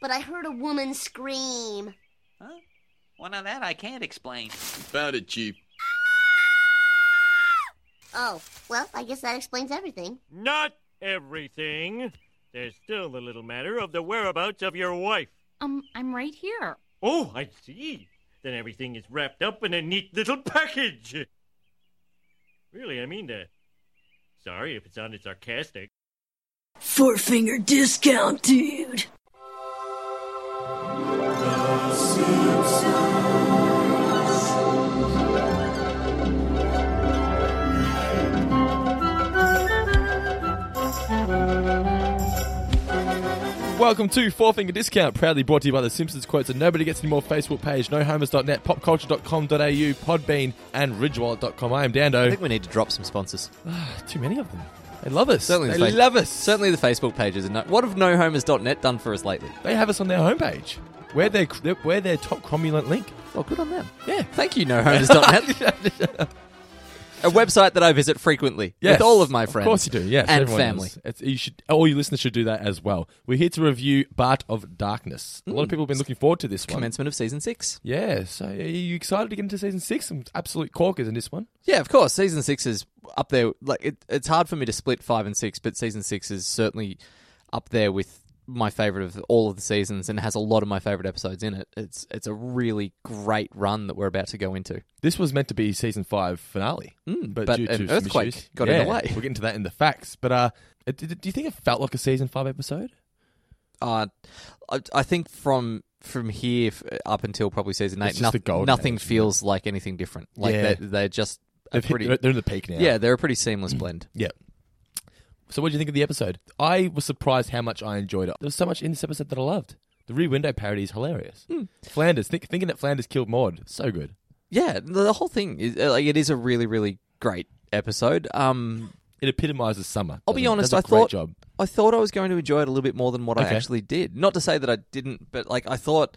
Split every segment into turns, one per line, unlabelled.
but I heard a woman scream.
Huh? Well, now that I can't explain.
Found it, Chief.
Oh, well, I guess that explains everything.
Not everything. There's still the little matter of the whereabouts of your wife.
Um, I'm right here.
Oh, I see. Then everything is wrapped up in a neat little package. Really, I mean that. Sorry if it sounded sarcastic.
Four finger discount, dude.
Welcome to Four Finger Discount, proudly brought to you by The Simpsons Quotes and Nobody Gets Any More Facebook page, nohomers.net, popculture.com.au, Podbean, and ridgewallet.com. I am
I
Dando.
think we need to drop some sponsors.
Too many of them. They love us.
Certainly
they
the fa-
love us.
Certainly the Facebook pages. And no- what have nohomers.net done for us lately?
They have us on their homepage. We're their, we're their top cromulent link.
Well, good on them.
Yeah.
Thank you, nohomers.net. a website that I visit frequently
Yes,
with all of my friends.
Of course you do, yes.
And
everyone
family.
does. It's, you should, all you listeners should do that as well. We're here to review Bart of Darkness. A lot
Mm.
of people have been looking forward to this one.
Commencement of season six.
Yeah, so are you excited to get into season six? Some absolute corkers in this one.
Yeah, of course. Season six is up there. Like it, it's hard for me to split five and six, but season six is certainly up there with my favorite of all of the seasons, and has a lot of my favorite episodes in it. It's it's a really great run that we're about to go into.
This was meant to be season five finale,
Mm, but an earthquake got in the way.
We'll get into that in the facts. But uh, it- did- do you think it felt like a season five episode?
Uh, I, I think from from here f- up until probably season
It's
eight,
just
noth-
the golden
nothing
age,
feels like anything different. Like
Yeah.
they're, they're just a
They've hit-
pretty.
they're- they're in the peak now.
yeah, they're a pretty seamless blend.
yeah. So what do you think of the episode? I was surprised how much I enjoyed it. There was so much in this episode that I loved. The rear window parody is hilarious.
Hmm.
Flanders, think, thinking that Flanders killed Maud, so good.
Yeah, the, the whole thing is uh, like it is a really really great episode. Um,
It epitomizes summer.
I'll be
doesn't it?
honest.
Does a
I
great
thought
job.
I thought I was going to enjoy it a little bit more than what I
Okay.
actually did. Not to say that I didn't, but like I thought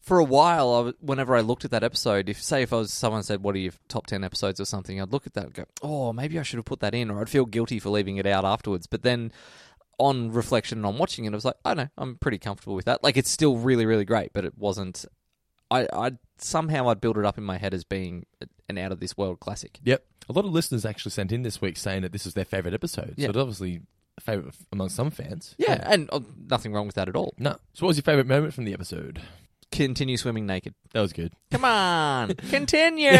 for a while, I, w- whenever I looked at that episode, if say if I was someone said, "What are your top ten episodes or something?" I'd look at that and go, "Oh, maybe I should have put that in," or I'd feel guilty for leaving it out afterwards. But then on reflection and on watching it, I was like, "I know, I'm pretty comfortable with that." Like it's still really, really great, but it wasn't. I I somehow I'd build it up in my head as being an out of this world classic.
Yep. A lot of listeners actually sent in this week saying that this is their favorite episode.
Yeah.
So it's obviously a favorite among some fans.
Yeah, and uh, nothing wrong with that at all.
No. So what was your favorite moment from the episode?
Continue swimming naked.
That was good.
Come on, continue.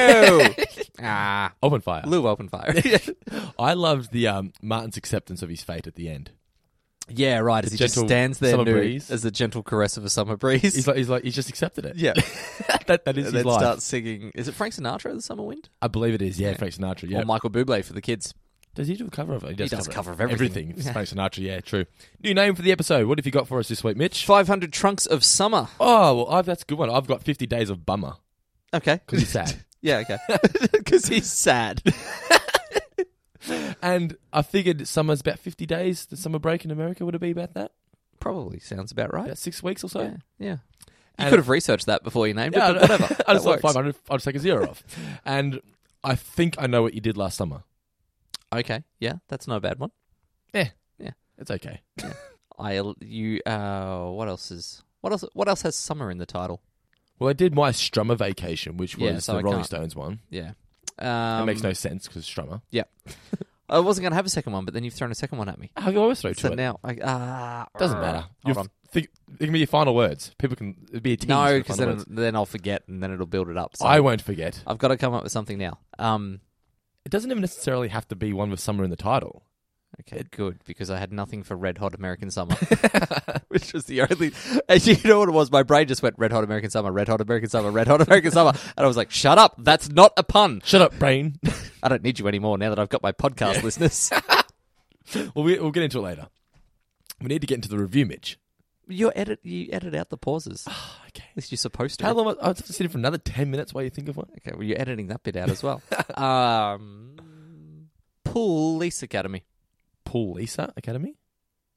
ah,
Open fire.
Lou open fire.
I loved the um, Martin's acceptance of his fate at the end.
yeah, right. As
The
he just
gentle
stands there,
summer
nude,
breeze.
as the gentle caress of a summer breeze.
He's like, he's like, he's just accepted it.
yeah,
that, that is
and
his
then
life.
starts singing. Is it Frank Sinatra, "The Summer Wind,"
I believe it is. Yeah, Frank Sinatra. Yeah.
or Michael Bublé for the kids?
does he do a cover of it?
He does cover of everything.
It's Frank Sinatra. Yeah, true. New name for the episode. What have you got for us this week, Mitch?
Five hundred trunks of summer.
Oh, well, I've, that's a good one. I've got 50 days of bummer
Okay,
because he's sad.
yeah, okay, because he's sad.
and I figured summer's about 50 days. The summer break in America would it be about that?
Probably sounds about right.
About six weeks or so?
Yeah, yeah. You
And-
could have researched that before you named
Yeah,
it, but whatever.
I
That
just thought
works.
500. I'll just take a zero off. And I think I know what you did last summer.
Okay, yeah, that's not a bad one.
It's okay.
I you uh, what else is what else what else has summer in the title?
Well, I did my Strummer vacation, which was
Yeah, so
the
I
Rolling
can't.
Stones one.
Yeah. Um,
That makes no sense because Strummer.
Yeah. I wasn't going to have a second one, but then you've thrown a second one at me.
How you always throw
So
to it?
now, I, ah,
Doesn't matter.
Hold
Your
on.
f- Think, it can be your final words. People can it'd be a tease.
No,
for
because
final
then,
words.
then I'll forget and then it'll build it up. So
I won't forget.
I've got to come up with something now. Um,
It doesn't even necessarily have to be one with summer in the title.
okay, good, because I had nothing for Red Hot American Summer, which was the only. And you know what it was? My brain just went Red Hot American Summer, Red Hot American Summer, Red Hot American Summer. And I was like, shut up. That's not a pun.
Shut up, brain.
I don't need you anymore now that I've got my podcast listeners.
well, we, we'll get into it later. We need to get into the review, Mitch.
you, edit, you edit out the pauses. At
Ah, Okay.
least you're supposed to.
How long? I'll have to sit here for another ten minutes while you think of one.
Okay, well, you're editing that bit out as well. um, Police Academy.
Paul Lisa Academy.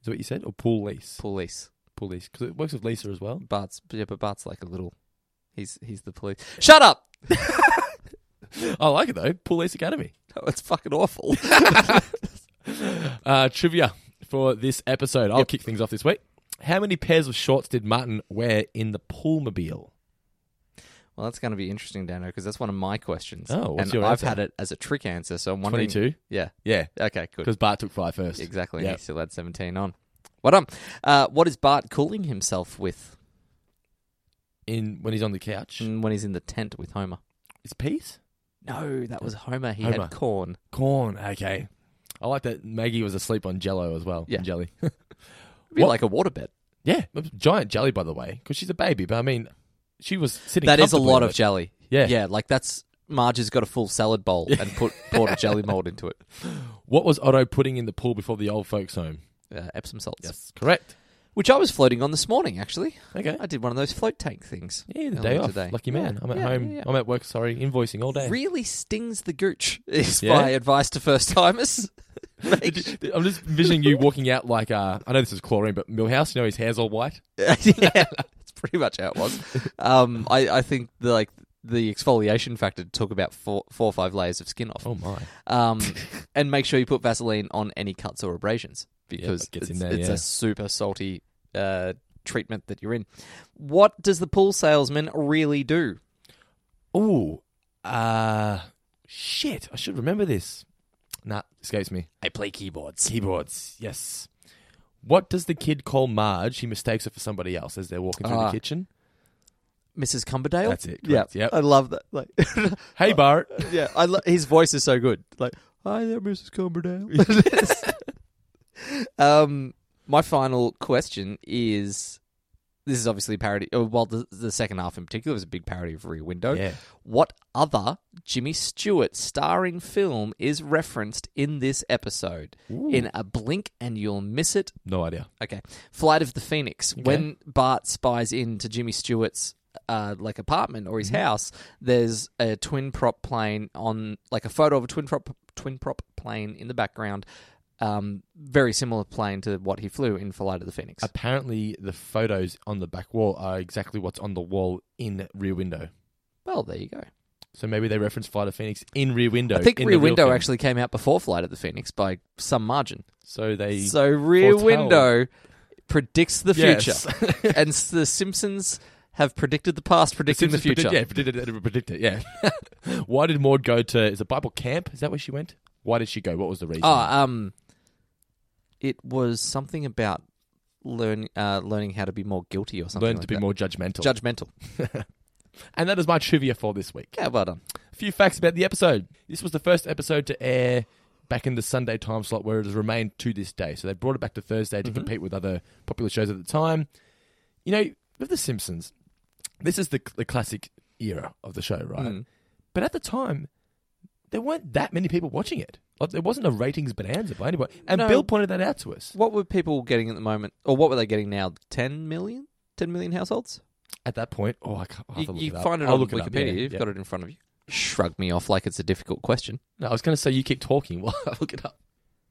Is that what you said? Or Paul Lisa?
Police.
Paul Lisa because it works with Lisa as well.
Bart's yeah, but Bart's like a little. He's he's the police. Shut up!
I like it though. Paul Lisa Academy.
Oh, it's fucking awful.
Uh, trivia for this episode. I'll kick things off this week. How many pairs of shorts did Martin wear in the poolmobile?
Well, that's going to be interesting, Dano, because that's one of my questions.
Oh, what's
and
your
I've
answer?
had it as a trick answer, so I'm wondering.
22?
Yeah.
Yeah,
Okay, good.
because Bart took five first.
Exactly.
Yeah.
And he still had 17 on. What um, uh, What is Bart cooling himself with
In when he's on the couch,
mm, when he's in the tent with Homer?
it's peas,
No, that was Homer. He
Homer.
had corn.
corn. Okay, I like that. Maggie was asleep on Jello as well.
Yeah.
and jelly.
It'd be
What?
like a waterbed.
yeah, giant jelly by the way, because she's a baby. But I mean, she was sitting.
That is a
comfortably
lot
on
of
it.
jelly.
Yeah.
Yeah, like that's. Marge has got a full salad bowl and put poured a jelly mold into it.
What was Otto putting in the pool before the old folks' home?
Uh, Epsom salts.
correct.
Which I was floating on this morning, actually.
Okay.
I did one of those float tank things.
Yeah, the day
earlier
off.
today.
Lucky man.
Yeah,
I'm at
yeah,
home.
yeah, yeah.
I'm at work. Sorry, invoicing all day.
really stings the gooch is
Yeah?
my advice to first timers.
I'm just envisioning you walking out like uh, I know this is chlorine, but Millhouse. You know his hair's all white.
yeah, that's pretty much how it was. Um, I, I think the, like the exfoliation factor took about four, four or five layers of skin off.
Oh my.
Um, and make sure you put Vaseline on any cuts or abrasions because
it gets
it's,
in there,
it's
yeah.
a super salty uh, treatment that you're in. What does the pool salesman really do?
Ooh. Uh shit. I should remember this. Nah, escapes me. I play keyboards. Keyboards, yes. What does the kid call Marge? He mistakes her for somebody else as they're walking through
Ah.
the kitchen.
Mrs. Cumberdale.
That's it, correct,
Yeah,
yep.
I love that. Like,
Hey Bart.
yeah, I lo- his voice is so good. Like, hi there, Mrs. Cumberdale. um, my final question is: This is obviously a parody. oh, Well, the, the second half in particular was a big parody of Rear Window.
Yeah.
What other Jimmy Stewart starring film is referenced in this episode? In a blink, and you'll miss it.
No idea.
Okay, Flight of the Phoenix. When Bart spies into Jimmy Stewart's uh, like apartment or his
Mm-hmm.
house, there's a twin prop plane on like a photo of a twin prop twin prop plane in the background. Um, very similar plane to what he flew in Flight of the Phoenix.
Apparently the photos on the back wall are exactly what's on the wall in Rear Window.
well, there you go.
So maybe they reference Flight of Phoenix in Rear Window.
I think
in the
Rear
real
Window
film.
actually came out before Flight of the Phoenix by some margin.
So they
So Rear
foretold.
Window predicts the future,
Yes.
and s- the Simpsons have predicted the past, predicting the,
Simpsons
future.
predict- yeah, predicted, predict it. Yeah. Why did Maud go to? Is it Bible camp? Is that where she went? Why did she go? What was the reason?
Oh, um, it was something about learn uh, learning how to be more guilty or something.
Learn
like
to be
that.
more judgmental.
judgmental.
and that is my trivia for this week.
Yeah, well done.
A few facts about the episode. This was the first episode to air back in the Sunday time slot, where it has remained to this day. So they brought it back to Thursday
Mm-hmm.
to compete with other popular shows at the time. You know, with The Simpsons, this is the the classic era of the show, right?
Mm.
But at the time, there weren't that many people watching it. Like, there wasn't a ratings bonanza by anybody. And
No.
Bill pointed that out to us.
What were people getting at the moment, or what were they getting now? Ten million. 10 million households?
At that point, oh, I can't I'll have
You,
to look
you
it up.
find it
I'll
on
look
Wikipedia.
It up. yeah,
You've
yeah.
got it in front of you. Shrug me off like it's a difficult question.
No, I was going to say you keep talking while I look it up.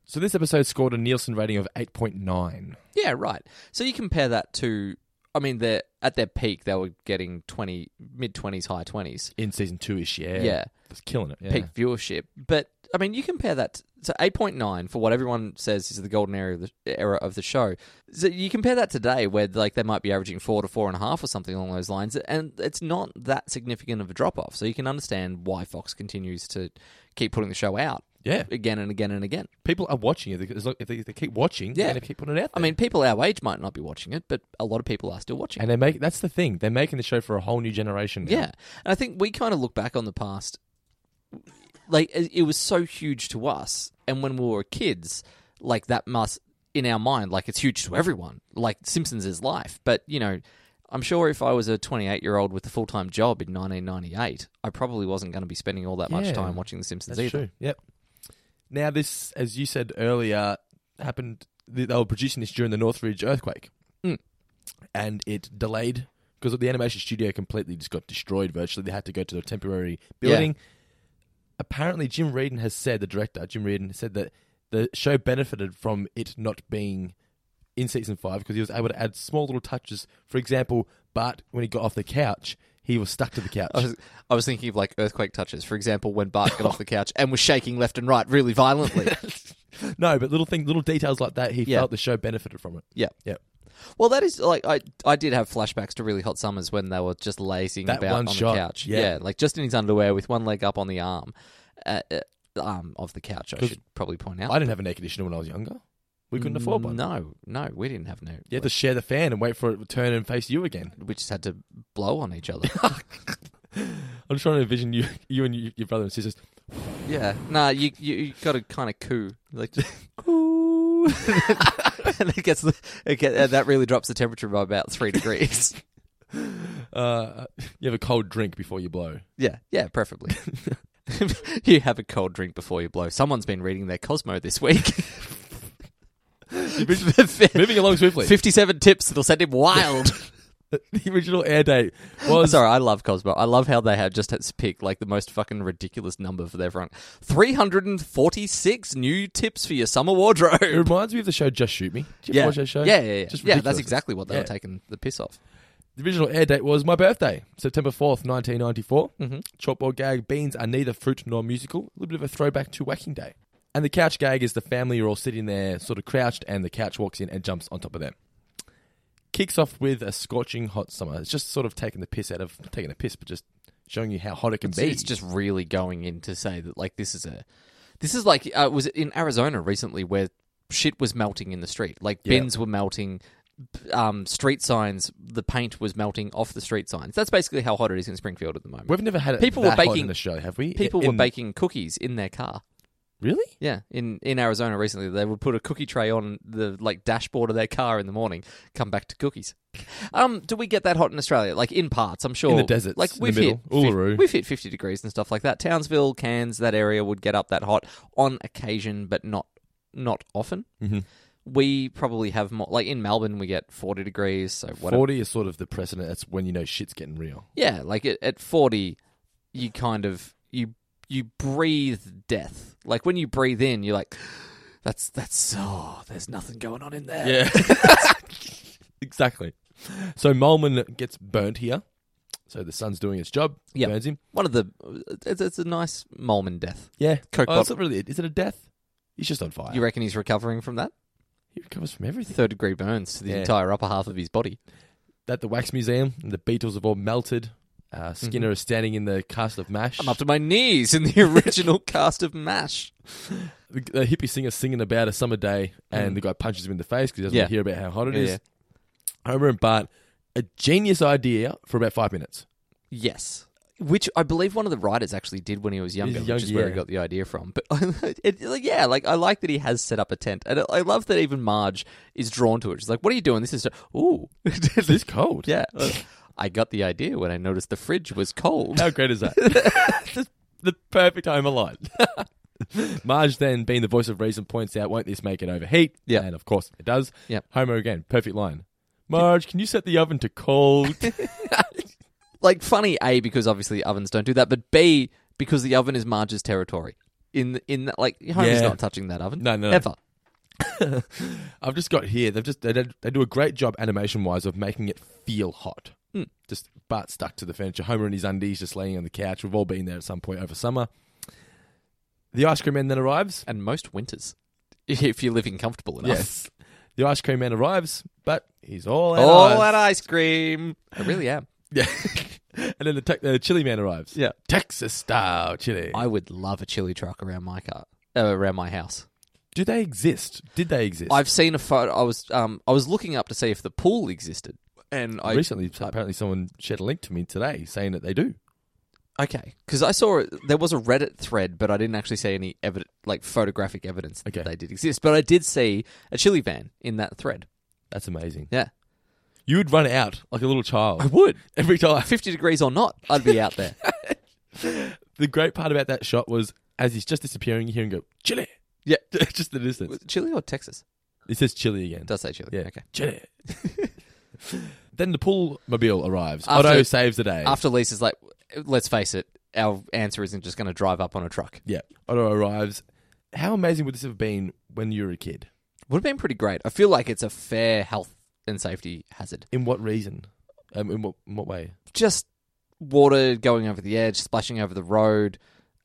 So this episode scored a Nielsen rating of 8.9.
Yeah, right. So you compare that to, I mean, they're, at their peak, they were getting 20, mid 20s, high 20s.
In season two-ish, yeah.
Yeah.
It's killing it. Yeah.
peak viewership. But I mean, you compare that to eight point nine for what everyone says is the golden era of the, era of the show. So you compare that today, where like they might be averaging four to four and a half or something along those lines, and it's not that significant of a drop off. So you can understand why Fox continues to keep putting the show out
Yeah.
again and again and again.
People are watching it. As long- If they, if they keep watching,
Yeah.
yeah. they keep putting it out
I
there.
mean, people our age might not be watching it, but a lot of people are still watching. it.
and they make that's the thing. They're making the show for a whole new generation. now.
Yeah. And I think we kind of look back on the past. Like, it it was so huge to us. And when we were kids, like, that must, in our mind, like, it's huge to everyone. Like, Simpsons is life. But, you know, I'm sure if I was a 28 year old with a full time job in 1998, I probably wasn't going to be spending all that
Yeah.
much time watching The Simpsons
That's
either.
true. Yep. Now this, as you said earlier, happened. They were producing this during the Northridge earthquake,
Mm.
and it delayed because the animation studio completely just got destroyed. Virtually, they had to go to a temporary
Yeah.
building. Apparently, Jim Reardon has said the director, Jim Reardon, said that the show benefited from it not being in season five because he was able to add small little touches. For example, Bart when he got off the couch, he was stuck to the couch.
I was, I was thinking of like earthquake touches. For example, when Bart got off the couch and was shaking left and right really violently.
no, but little thing, little details like that, he
Yeah.
felt the show benefited from it.
yeah.
Yep.
Well, that is like I I did have flashbacks to really hot summers when they were just lazing
That
about
one
on
shot,
the couch.
yeah.
like just in his underwear with one leg up on the arm, uh, uh, the arm of the couch. I
'Cause
should probably point out.
I didn't have an air conditioner when I was younger. We couldn't afford one.
No, no, we didn't have no.
You had to share the fan and wait for it to turn and face you again.
we just had to blow on each other.
I'm just trying to envision you, you and you, your brother and sisters.
yeah, nah, you you, you got to kind of coo like. just coo. and it gets the it get, and that really drops the temperature by about three degrees.
Uh, you have a cold drink before you blow.
Yeah, yeah, preferably. you have a cold drink before you blow. Someone's been reading their Cosmo this week.
Moving along swiftly.
57 tips that'll send him wild.
the original air date was
Sorry, I love Cosmo. I love how they have just had to pick like the most fucking ridiculous number for their front. 346 new tips for your summer
It
wardrobe.
reminds me of the show Just Shoot Me. Did you
Yeah.
watch that show?
yeah, yeah, yeah.
Just
yeah,
ridiculous.
that's exactly what they
Yeah.
were taking the piss off.
The original air date was my birthday, September 4th, 1994. Mm-hmm. Chalkboard gag, beans are neither fruit nor musical. A little bit of a throwback to Whacking Day. And the couch gag is the family are all sitting there, sort of crouched, and the couch walks in and jumps on top of them. Kicks off with a scorching hot summer. It's just sort of taking the piss out of, not taking a piss, but just showing you how hot it can
It's,
be.
it's just really going in to say that like this is a, this is like uh, was it in Arizona recently where shit was melting in the street, like
Yeah.
bins were melting, b- um, street signs, the paint was melting off the street signs. That's basically how hot it is in Springfield at the moment.
We've never had it
People
that
were
hot
baking-
in Australia, have we?
People
In-
were baking cookies in their car.
Really?
Yeah, in, in Arizona recently, they would put a cookie tray on the like dashboard of their car in the morning. Come back to cookies. Um, do we get that hot in Australia? Like in parts, I'm sure.
In the deserts,
like
in the
we've
middle,
hit fif-
Uluru.
we've hit 50 degrees and stuff like that. Townsville, Cairns, that area would get up that hot on occasion, but not not often.
Mhm.
We probably have more. Like in Melbourne, we get 40 degrees. So whatever.
40 is sort of the precedent. That's when you know shit's getting real.
Yeah, like at, at 40, you kind of you you breathe death. Like when you breathe in, you're like, that's that's oh, there's nothing going on in there.
Yeah. exactly. So Molman gets burnt here. So the sun's doing its job.
Yep.
Burns him.
One of the it's, it's a nice Molman death.
Yeah.
Coke
oh, it's
bottle.
not really. Is it a death? He's just on fire.
You reckon he's recovering from that?
he recovers from everything.
Third degree burns to the
Yeah.
entire upper half of his body.
At the wax museum, the Beatles have all melted. Uh, Skinner is standing in the cast of Mash.
Mm-hmm. I'm up to my knees in the original cast of Mash.
the, the hippie singer singing about a summer day, and the guy punches him in the face because he doesn't
Mm. Yeah.
want to hear about how hot it
Yeah,
is.
yeah.
Homer and Bart, a genius idea for about five minutes.
Yes. Which I believe one of the writers actually did when he was younger,
young-
which is where
yeah.
he got the idea from. But it, like, yeah, like I like that he has set up a tent, and I love that even Marge is drawn to it. She's like, "What are you doing? This is so- ooh,
It's this cold.
yeah." I got the idea when I noticed the fridge was cold.
How great is that? Just the perfect home line. Marge then, being the voice of reason, points out, "Won't this make it overheat?"
Yeah.
and of course it does.
Yep.
Homer again, perfect line. Marge, can you set the oven to cold?
Like funny, a because obviously ovens don't do that, but b because the oven is Marge's territory. In in like Homer's
Yeah.
not touching that oven.
No, no, no.
ever.
I've just got here. They've just they, did, they do a great job animation wise of making it feel hot. Just Bart stuck to the furniture. Homer in his undies, just laying on the couch. We've all been there at some point over summer. The ice cream man then arrives.
And most winters, if you're living comfortable enough.
Yes, the ice cream man arrives, but he's all out. of
All
ice.
that ice cream. I really am.
Yeah. and then the, te- the chili man arrives.
Yeah.
Texas style chili.
I would love a chili truck around my car, uh, around my house.
Do they exist? Did they exist?
I've seen a photo. I was um, I was looking up to see if the pool existed, and I
recently apparently someone shared a link to me today saying that they do.
okay because I saw there was a Reddit thread, but I didn't actually see any evidence like photographic evidence that
Okay.
they did exist. But I did see a chili van in that thread.
That's amazing.
Yeah,
You would run out like a little child.
would
Every time.
fifty degrees or not, I'd be out there.
The great part about that shot was as he's just disappearing, you hear him go, chili.
yeah,
just the distance.
chili or Texas?
It says chili again.
It does say chili.
yeah.
Okay.
Chili. then the pool mobile arrives.
After-
Otto saves the day.
After Lisa's like, let's face it, our answer isn't just going to drive up on a truck.
yeah. Otto arrives. How amazing would this have been when you were a kid?
Would have been pretty great. I feel like it's a fair health and safety hazard.
In what reason? Um, in what in what way?
just water going over the edge, splashing over the road.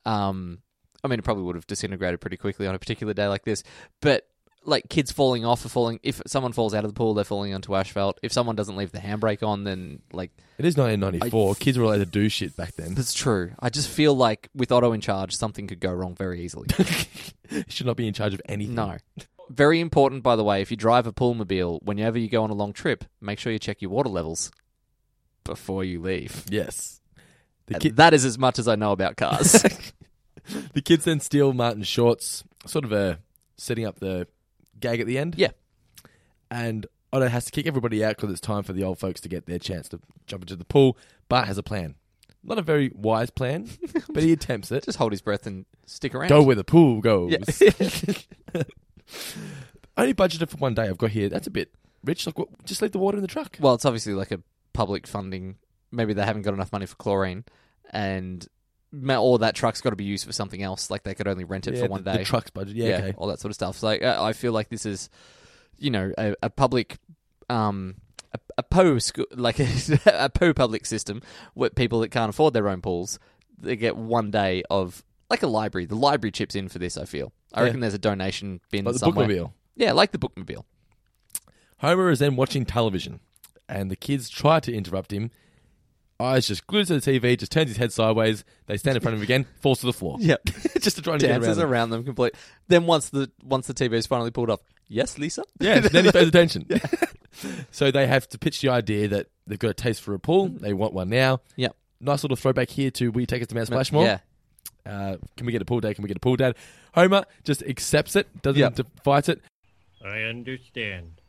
Um, I mean, it probably would have disintegrated pretty quickly on a particular day like this, but like kids falling off or falling. If someone falls out of the pool, they're falling onto asphalt. If someone doesn't leave the handbrake on, then like
It is 1994. Kids were allowed to do shit back then.
that's true. I just feel like with Otto in charge, something could go wrong very easily.
Should not be in charge of anything.
no. Very important, by the way, if you drive a poolmobile, whenever you go on a long trip, make sure you check your water levels before you leave.
Yes. The,
And
kid,
that is as much as I know about cars.
the kids then steal Martin's shorts, sort of a setting up the gag at the end.
Yeah.
And Otto has to kick everybody out because it's time for the old folks to get their chance to jump into the pool. Bart has a plan. Not a very wise plan, but he attempts it.
just hold his breath and stick around.
Go where the pool goes.
Yeah.
Only budgeted for one day. I've got here. That's a bit rich. Like, what, just leave the water in the truck.
Well, it's obviously like a public funding. Maybe they haven't got enough money for chlorine, and ma- or that truck's got to be used for something else. Like they could only rent it
Yeah,
for one
the,
day.
The truck's budget. Yeah. okay.
all that sort of stuff. So like, uh, I I feel like this is, you know, a, a public, um, a, a PO school, like a, a PO public system where people that can't afford their own pools they get one day of like a library. The library chips in for this. I feel. I
Yeah.
reckon there's a donation bin
Like the
somewhere.
bookmobile.
Yeah, like the bookmobile.
Homer is then watching television, and the kids try to interrupt him. Eyes just glued to the TV, just turns his head sideways. They stand in front of him again, falls to the floor.
Yep.
just to try and get around.
dances
him.
around them complete. Then once the once the TV is finally pulled off, yes, Lisa.
Yeah, then he pays attention. so they have to pitch the idea that they've got a taste for a pool. They want one now.
Yep.
Nice little throwback here to We Take Us to Mount Splashmore.
Yeah,
Uh, can we get a pool day? Can we get a pool dad? Homer just accepts it, doesn't
Yep.
have to fight it.
I understand.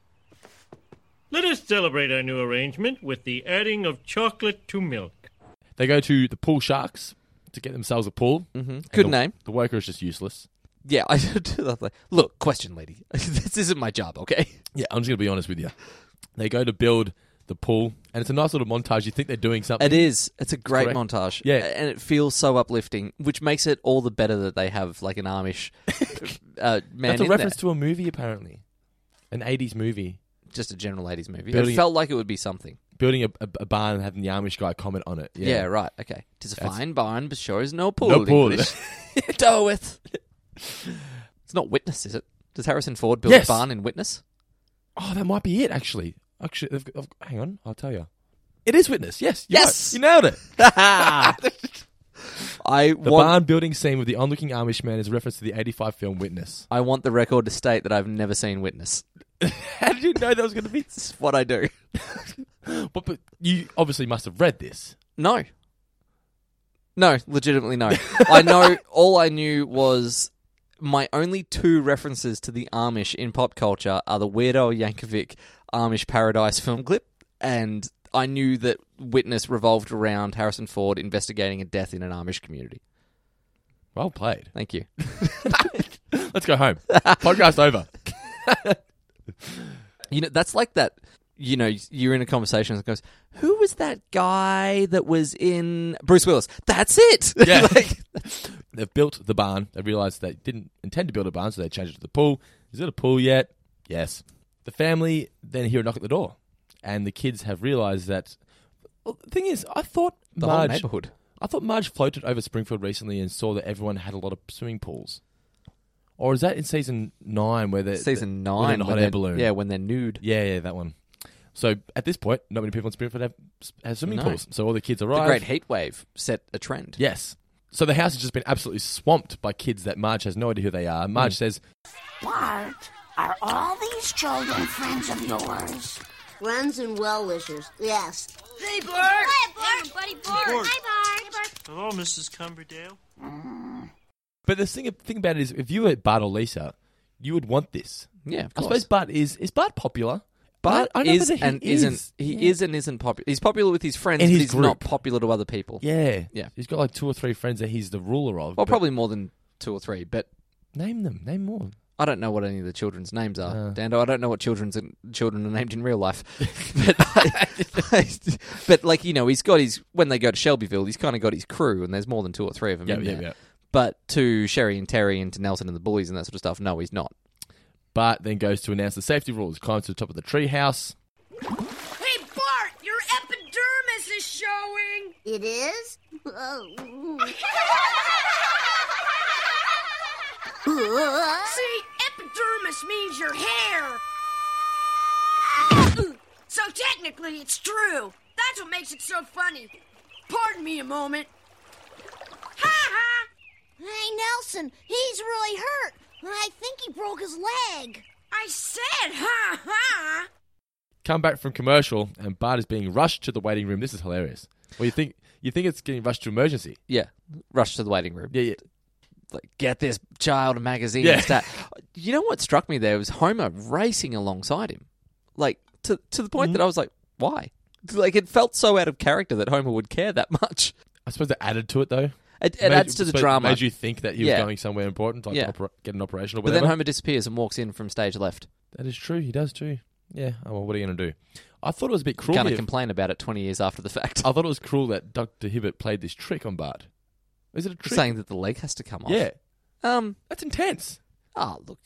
Let us celebrate our new arrangement with the adding of chocolate to milk.
They go to the pool sharks to get themselves a pool. Mm-hmm.
Good
the,
name.
The worker is just useless.
yeah. I like, look, question, lady. this isn't my job, okay?
Yeah, I'm just going to be honest with you. They go to build the pool, and it's a nice little montage. You think they're doing something.
It is. It's a great
Correct.
montage.
Yeah.
and it feels so uplifting, which makes it all the better that they have like an Amish uh, man.
That's a
in
reference
there.
to a movie, apparently. An 80s movie.
just a general ladies movie.
Building-
It felt like it would be something.
Building a, a, a barn and having the Amish guy comment on it.
Yeah,
Yeah,
right. Okay, tis a fine barn, but sure is no pool.
No pool.
English. Doeth. It's not witness, is it? Does Harrison Ford build
Yes.
a barn in Witness?
Oh, that might be it, actually. Actually, they've, got- I've- hang on, I'll tell you. It is Witness, yes. you're right.
Yes!
You nailed it.
I
The
want
barn building scene with the onlooking Amish man is a reference to the 85 film Witness.
I want the record to state that I've never seen Witness.
How did you know that was going to be?
This is what I do.
But, but you obviously must have read this.
No. No, legitimately no. I know all I knew was my only two references to the Amish in pop culture are the Weirdo Yankovic Amish Paradise film clip and I knew that Witness revolved around Harrison Ford investigating a death in an Amish community.
Well played.
Thank you.
Let's go home. Podcast over.
You know, that's like that. You know, you're in a conversation and it goes, "Who was that guy that was in Bruce Willis?" That's it.
Yeah.
Like,
They've built the barn. They realised they didn't intend to build a barn, so they changed it to the pool. Is it a pool yet? Yes. The family then hear a knock at the door, and the kids have realised that. Well, the thing is, I thought
the whole
Marge.
neighborhood.
I thought Marge floated over Springfield recently and saw that everyone had a lot of swimming pools. Or is that in season nine where they
Season
where they're in
nine,
a
when
hot
they're-
air balloon?
Yeah, when they're nude.
yeah, yeah, that one. So at this point, not many people in Springfield have, have swimming
No.
pools. So all the kids
The
arrive.
Great Heat Wave set a trend.
Yes. So the house has just been absolutely swamped by kids that Marge has no idea who they are.
Hmm.
Marge says,
Bart, are all these children friends of yours?
Friends and well wishers. Yes.
Hey, Bart!
buddy Bart. Hi, Bart.
Hello, Mrs. Cumberdale.
but the thing, thing about it is, if you were Bart or Lisa, you would want this.
Yeah, of
I
course.
suppose Bart is is Bart popular?
Bart
I don't know
is
whether he
and
is.
not He is and isn't popular. He's popular with his friends,
And
but
his
he's not
group.
popular to other people.
Yeah,
Yeah.
He's got like two or three friends that he's the ruler of.
Well,
but-
probably more than two or three, but
name them. Name more.
I don't know what any of the children's names are,
Uh.
Dando. I don't know what children's children are named in real life, but, I- but like you know, he's got his when they go to Shelbyville, he's kind of got his crew, and there's more than two or three of them.
Yeah,
in
yeah,
there.
yeah.
But to Sherry and Terry and to Nelson and the bullies and that sort of stuff, no, he's not.
Bart then goes to announce the safety rules. Climbs to the top of the treehouse.
Hey, Bart, your epidermis is showing.
It is? Oh.
See, epidermis which means your hair. Ah! so technically, it's true. That's what makes it so funny. Pardon me a moment. Ha ha!
Hey, Nelson, he's really hurt. I think he broke his leg.
I said ha ha!
Come back from commercial, and Bart is being rushed to the waiting room. This is hilarious. Well, you think you think it's getting rushed to emergency?
Yeah, rush to the waiting room.
Yeah, yeah.
like get this child a magazine.
Yeah.
And stat. You know what struck me there was Homer racing alongside him, like to to the
Mm-hmm.
point that I was like, why? Like it felt so out of character that Homer would care that much.
I suppose that added to it though.
It, it
Made-
adds to the
suppose it
drama.
Made you think that he was
Yeah.
going somewhere important, like
Yeah.
opera- get an operation or
but
whatever.
then Homer disappears and walks in from stage left.
that is true. He does too. Yeah. Oh, well, what are you going to do? I thought it was a bit cruel.
Gonna
of-
complain about it twenty years after the fact,
I thought it was cruel that Doctor Hibbert played this trick on Bart. Is it a trick?
saying that the leg has to come off.
yeah.
Um.
That's intense.
Ah, look.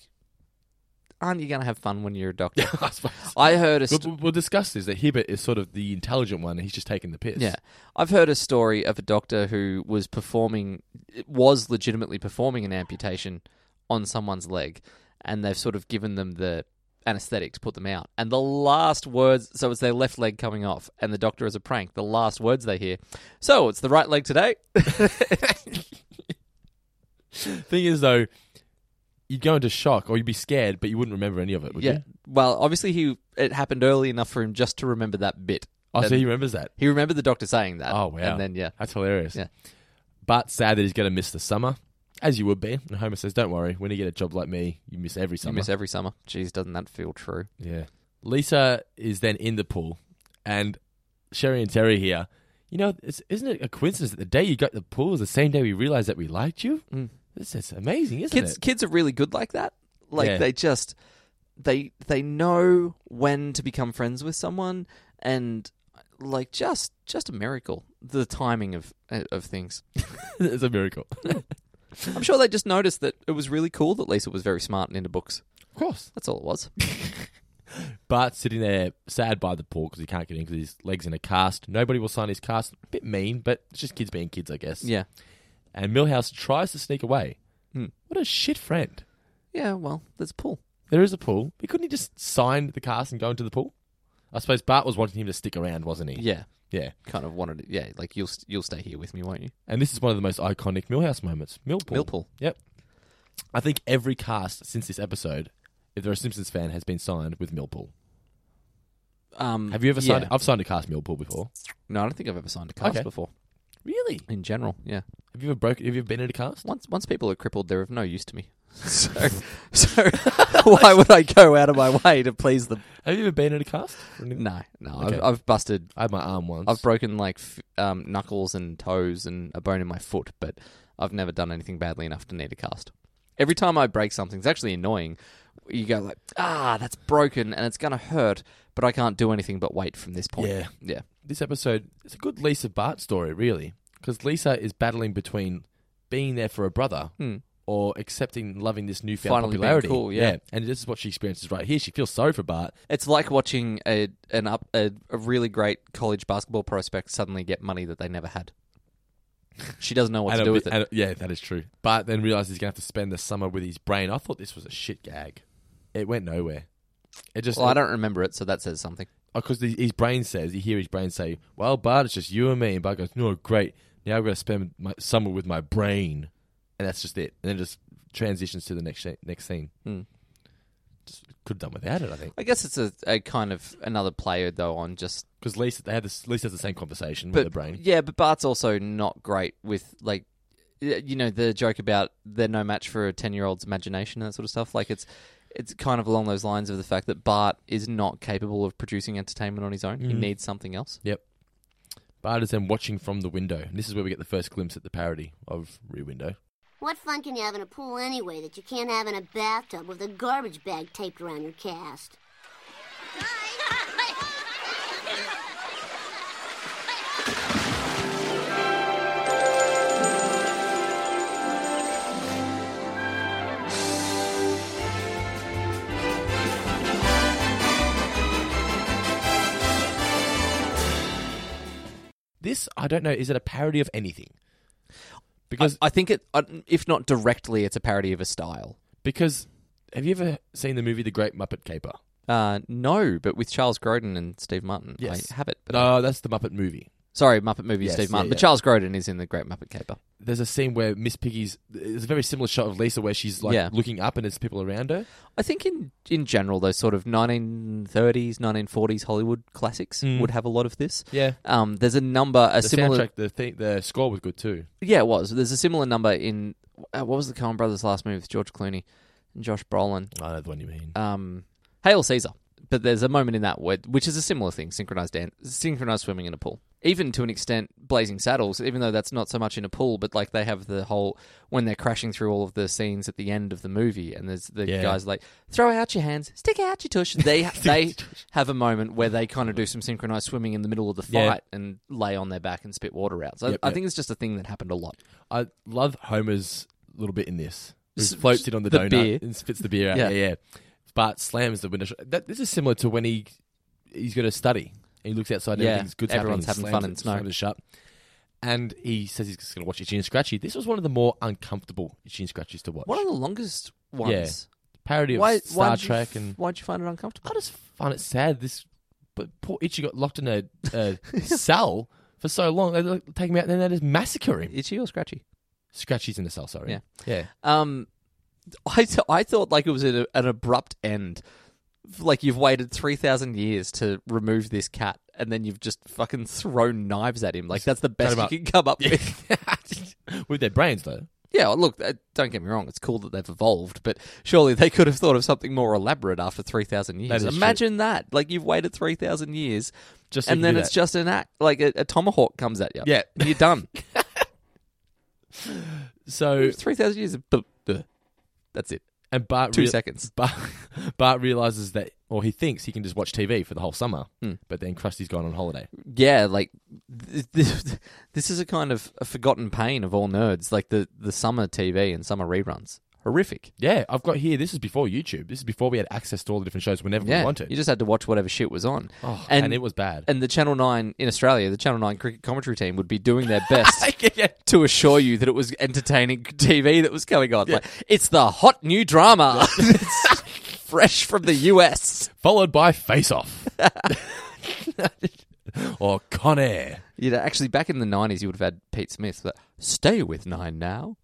Aren't you gonna have fun when you're a doctor?
I suppose.
I heard a
We'll,
st-
we'll- we'll discuss this. That Hibbert is sort of the intelligent one. and He's just taking the piss.
Yeah. I've heard a story of a doctor who was performing, was legitimately performing an amputation on someone's leg, and they've sort of given them the anesthetic to put them out. And the last words, so it's their left leg coming off, and the doctor is a prank. The last words they hear, so it's the right leg today.
Thing is, though, you'd go into shock or you'd be scared, but you wouldn't remember any of it, would
yeah.
you?
Well, obviously, he it happened early enough for him just to remember that bit.
Oh, so
Then-
he remembers that.
He remembered the doctor saying that.
Oh, wow.
And then, yeah.
That's hilarious.
Yeah.
But sad that he's going to miss the summer, as you would be. And Homer says, don't worry, when you get a job like me, you miss every
You
summer.
miss every summer. Jeez, doesn't that feel true?
yeah. Lisa is then in the pool, and Sherry and Terry here. You know, it's, isn't it a coincidence that the day you got the pool is the same day we realized that we liked you?
Mm.
This is amazing, isn't
kids
it?
kids are really good like that like
Yeah.
they just they they know when to become friends with someone and like just just a miracle the timing of of things
it's a miracle.
i'm sure they just noticed that it was really cool that lisa was very smart and into books
Of course.
that's all it was
Bart's sitting there sad by the pool because he can't get in because his leg's in a cast. Nobody will sign his cast. bit mean, but it's just kids being kids, I guess.
yeah
And Millhouse tries to sneak away.
Hmm.
What a shit friend.
yeah well there's a pool
There is a pool. But couldn't he just sign the cast and go into the pool? I suppose Bart was wanting him to stick around, wasn't he?
yeah
Yeah.
kind of wanted it yeah like you'll you'll stay here with me won't you
And this is one of the most iconic Millhouse moments. Millpool.
millpool
Yep. I think every cast since this episode, if they're a Simpsons fan, has been signed with Millpool.
um
Have you ever
yeah.
signed? I've signed a cast Millpool before.
no i don't think i've ever signed a cast
Okay.
before
Really?
in general yeah
Have you ever broke? Have you ever been in a cast?
Once once people are crippled, they're of no use to me. So, so why would I go out of my way to please them?
Have you ever been in a cast? No.
No, no.
Okay.
I've, I've busted.
I had my arm once.
I've broken like f- um, knuckles and toes and a bone in my foot, but I've never done anything badly enough to need a cast. Every time I break something, it's actually annoying. You go like, ah, that's broken and it's gonna hurt, but I can't do anything but wait from this point.
Yeah.
yeah.
this episode it's a good Lisa Bart story, really, because Lisa is battling between being there for her brother
Hmm.
or accepting and loving this newfound
Finally being
popularity.
cool, yeah.
and this is what she experiences right here. She feels sorry for Bart.
It's like watching a an up a, a really great college basketball prospect suddenly get money that they never had. She doesn't know what
And
to
a
do
bit-
with it.
and a- yeah, that is true. But then realizes he's gonna have to spend the summer with his brain. I thought this was a shit gag. It went nowhere. It just
Well, I don't remember it, so that says something.
because uh, his brain says you hear his brain say, "Well, Bart, it's just you and me." And Bart goes, "No, great. Now I've got to spend my summer with my brain," and that's just it. And then just transitions to the next sh- next scene.
Hmm.
Just could have done without it, I think,
I guess it's a, a kind of another player though on just
because Lisa they had this. Lisa has the same conversation
but
with the brain.
yeah, but Bart's also not great with like y- you know the joke about they're no match for a ten year old's imagination and that sort of stuff. Like it's it's kind of along those lines of the fact that Bart is not capable of producing entertainment on his own. He
Mhm.
needs something else.
Yep. Bart is then watching from the window, and this is where we get the first glimpse at the parody of Rear Window.
What fun can you have in a pool anyway that you can't have in a bathtub with a garbage bag taped around your cast?
This I don't know. Is it a parody of anything? Because
I, I think it, I- if not directly, it's a parody of a style.
because Have you ever seen the movie The Great Muppet Caper?
Uh, no, but with Charles Grodin and Steve Martin,
Yes.
I have it. But
No, that's the Muppet movie.
sorry, Muppet movie,
Yes,
Steve
yeah,
Martin, but
yeah.
Charles Grodin is in the Great Muppet Caper.
There's a scene where Miss Piggy's. There's a very similar shot of Lisa where she's like
Yeah.
looking up and there's people around her.
I think in in general, those sort of 1930s, 1940s Hollywood classics
Mm.
would have a lot of this.
Yeah.
Um, there's a number, a
The
similar,
soundtrack, the thing, the score was good too.
yeah, it was. There's a similar number in uh, what was the Coen Brothers last movie with George Clooney and Josh Brolin,
I know the one you mean.
um, Hail Caesar. But there's a moment in that where, which is a similar thing, synchronized dance, synchronized swimming in a pool. Even to an extent, Blazing Saddles, even though that's not so much in a pool, but like they have the whole when they're crashing through all of the scenes at the end of the movie, and there's the
Yeah.
guys like throw out your hands, stick out your tush. They they have a moment where they kind of do some synchronized swimming in the middle of the fight
Yeah.
and lay on their back and spit water out. So
Yep,
I
yep.
think it's just a thing that happened a lot.
I love Homer's little bit in this. He
S-
floats it on the,
the
donut
beer.
and spits the beer out.
Yeah.
Yeah, yeah. But slams the window. shut. That, this is similar to when he he's going to study and he looks outside and
Yeah,
everything's good.
everyone's having fun in snow.
Slams it shut. And he says he's just going to watch Itchy and Scratchy. This was one of the more uncomfortable Itchy and Scratchies to watch.
One of the longest ones.
parody of
Why?
Star
why'd you
Trek
f-
and
why'd you find it uncomfortable?
I just find it sad. This, but poor Itchy got locked in a, a cell for so long. They like, take him out and then they just massacre him.
Itchy or scratchy?
Scratchy's in a cell. Sorry.
Yeah.
yeah.
Um, I, th- I thought like it was an, an abrupt end. Like you've waited three thousand years to remove this cat, and then you've just fucking thrown knives at him. Like that's the best
him
you
up.
can come up with.
With their brains though.
Yeah, well, look, uh, don't get me wrong. It's cool that they've evolved, but surely they could have thought of something more elaborate after 3,000 years.
That is true.
Imagine that. Like, you've waited 3,000 years,
Just so you
and
can
then
do
it's
that.
just an act. Like, a, a tomahawk comes at you.
Yeah.
And You're done.
So
3,000 years. of- buh, buh. That's it.
and Bart
Two
rea-
seconds.
Bart, Bart realizes that, or he thinks he can just watch TV for the whole summer.
Hmm.
But then Krusty's gone on holiday.
Yeah, like, th- th- this is a kind of a forgotten pain of all nerds. Like, the, the summer TV and summer reruns. Horrific.
Yeah, I've got here. This is before YouTube. This is before we had access to all the different shows whenever
Yeah.
we wanted.
You just had to watch whatever shit was on.
oh, and, it was bad.
and the Channel Nine in Australia, the Channel Nine cricket commentary team would be doing their best
Yeah, yeah.
to assure you that it was entertaining TV that was going on. Like it's the hot new drama, It's fresh from the US.
followed by Face Off or Con Air
You know, actually, back in the nineties, you would have had Pete Smith. But stay with Nine now.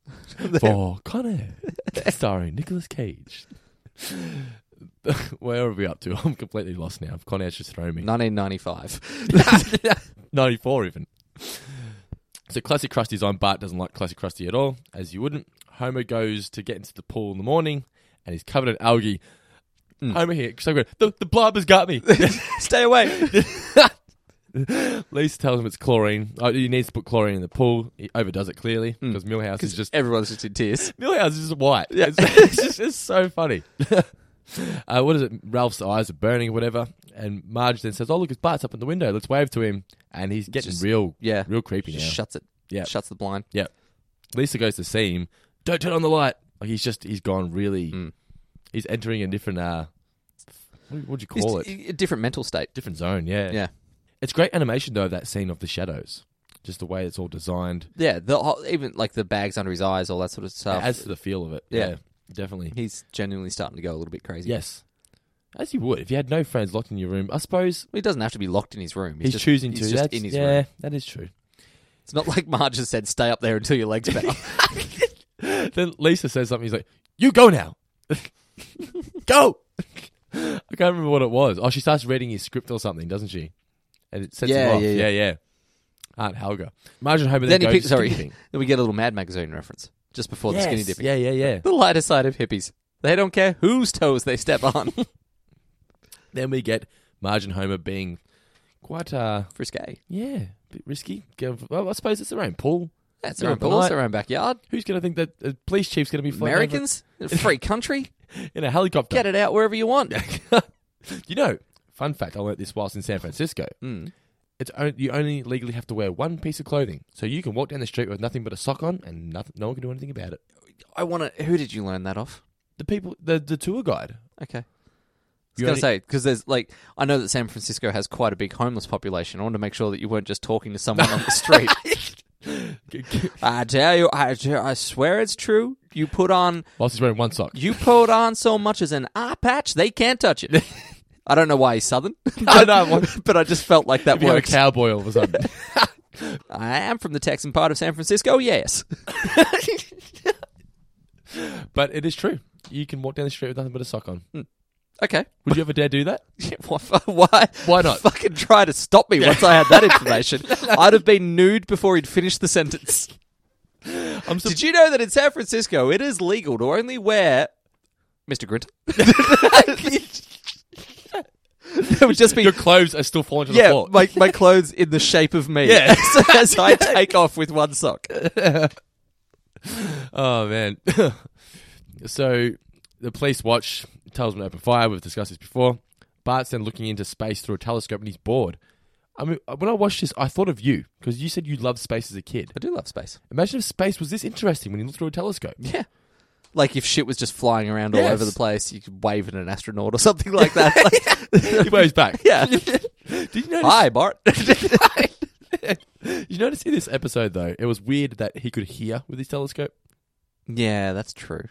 for Con Air, starring Nicolas Cage. Where are we up to? I'm completely lost now. Con Air's just thrown me.
Nineteen ninety-five.
94 even. So Classic Krusty's on. Bart doesn't like Classic Krusty at all, as you wouldn't. Homer goes to get into the pool in the morning and he's covered in algae. Homer here, so good. The, the blob has got me.
Mm. stay away.
Lisa tells him it's chlorine. Oh, he needs to put chlorine in the pool. He overdoes it clearly
Mm.
because Millhouse is just
Everyone's just in tears.
Millhouse is just white. It's, it's just it's so funny. uh, what is it? Ralph's eyes are burning or whatever. And Marge then says, "Oh look, his Bart's up in the window. Let's wave to him." And he's getting
Just-
real,
yeah.
real creepy now.
Just shuts it.
Yeah.
shuts the blind.
yeah. Lisa goes to see him. Don't turn on the light. Like he's just he's gone really.
Mm.
He's entering a different uh, what would you call
It's
it?
A different mental state.
Different zone. Yeah.
Yeah.
It's great animation though. That scene of the shadows, just the way it's all designed.
Yeah, the whole, even like the bags under his eyes, all that sort of
It
stuff.
adds to the feel of it.
Oh. Yeah.
Yeah, definitely.
he's genuinely starting to go a little bit crazy.
Yes, as you would if you had no friends locked in your room. I suppose
Well, he doesn't have to be locked in his room.
he's,
just-
choosing
he's
to.
just
That's-
in his
yeah,
room.
that is true.
It's not like Marge has said, "Stay up there until your legs bow."
then Lisa says something. He's like, "You go now, go." I can't remember what it was. Oh, she starts reading his script or something, doesn't she? And it sets
Yeah,
him off.
yeah,
Yeah,
yeah.
yeah. Aunt Helga, Marge and Homer.
then he
go
picks. Sorry,
skinny dipping.
then we get a little Mad Magazine reference just before the skinny
Yes,
dipping.
Yeah, yeah, yeah.
The lighter side of hippies. They don't care whose toes they step on.
then we get Marge and Homer being quite uh
Frisky.
yeah, a bit risky. Go- Well, I suppose it's their own pool.
Yeah, it's
They're
their own
up all
balls,
night.
their own backyard.
Who's going to think that a police chief's going to be flying over
Americans, in a free country.
in a helicopter?
Get it out wherever you want.
You know, fun fact: I learnt this whilst in San Francisco. It's on, you only legally have to wear one piece of clothing, so you can walk down the street with nothing but a sock on, and nothing, no one can do anything about it.
I want to. Who did you learn that off?
The people, the the tour guide.
Okay. I was
You
gonna
only-
say because there's like I know that San Francisco has quite a big homeless population. I want to make sure that you weren't just talking to someone on the street. I tell you, I, I swear it's true. you put on
Whilst he's wearing one sock.
you put on so much as an eye patch, they can't touch it. I don't know why he's southern. I but I just felt like that
Become a
works.
cowboy all of a sudden.
I am from the Texan part of San Francisco. Yes,
but it is true. You can walk down the street with nothing but a sock on.
okay.
Would you ever dare do that?
Why? Why,
Why not?
Fucking try to stop me once I had that information. I'd have been nude before he'd finished the sentence.
I'm sur-
Did you know that in San Francisco it is legal to only wear Mr. Grint? that would just be
Your clothes are still falling to the
yeah,
floor.
my my clothes in the shape of me.
Yeah.
as, as I take off with one sock.
Oh man. so the police watch tells them to open fire. We've discussed this before. Bart's then looking into space through a telescope and he's bored. I mean, uh, when I watched this, I thought of you because you said you loved space as a kid.
I do love space.
Imagine if space was this interesting when you look through a telescope.
Yeah. Like if shit was just flying around all
Yes.
over the place, you could wave at an astronaut or something like that. Like-
he waves back.
yeah.
Did you notice?
Hi, Bart.
You notice in this episode though, it was weird that he could hear with his telescope.
yeah, that's true.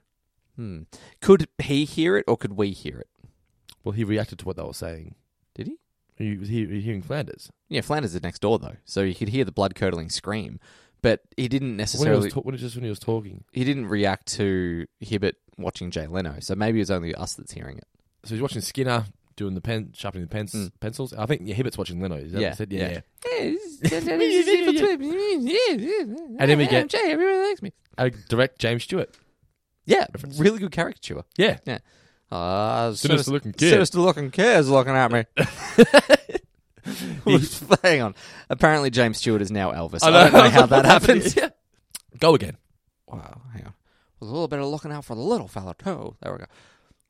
Hmm. Could he hear it or could we hear it?
Well, he reacted to what they were saying.
Did he?
He was he, he hearing Flanders.
Yeah, Flanders is next door though, so you could hear the blood curdling scream, but he didn't
When he
necessarily.
was ta- when, just when he was talking,
he didn't react to Hibbert watching Jay Leno, so maybe it's only us that's hearing it.
so he's watching Skinner doing the pen, sharpening the pens,
Mm.
pencils. I think yeah, Hibbert's watching Leno. Is that what he said? yeah. yeah.
and
And then we get-
Jay. Everyone likes me.
a direct James Stewart.
Yeah, really good caricature.
Yeah.
Yeah. Uh,
Sinister looking kid.
Sinister looking kid is looking at me. Hang on. Apparently, James Stewart is now Elvis. I, don't know how that happens.
Go again.
Wow, hang on. With a little bit of looking out for the little fella too. There we go.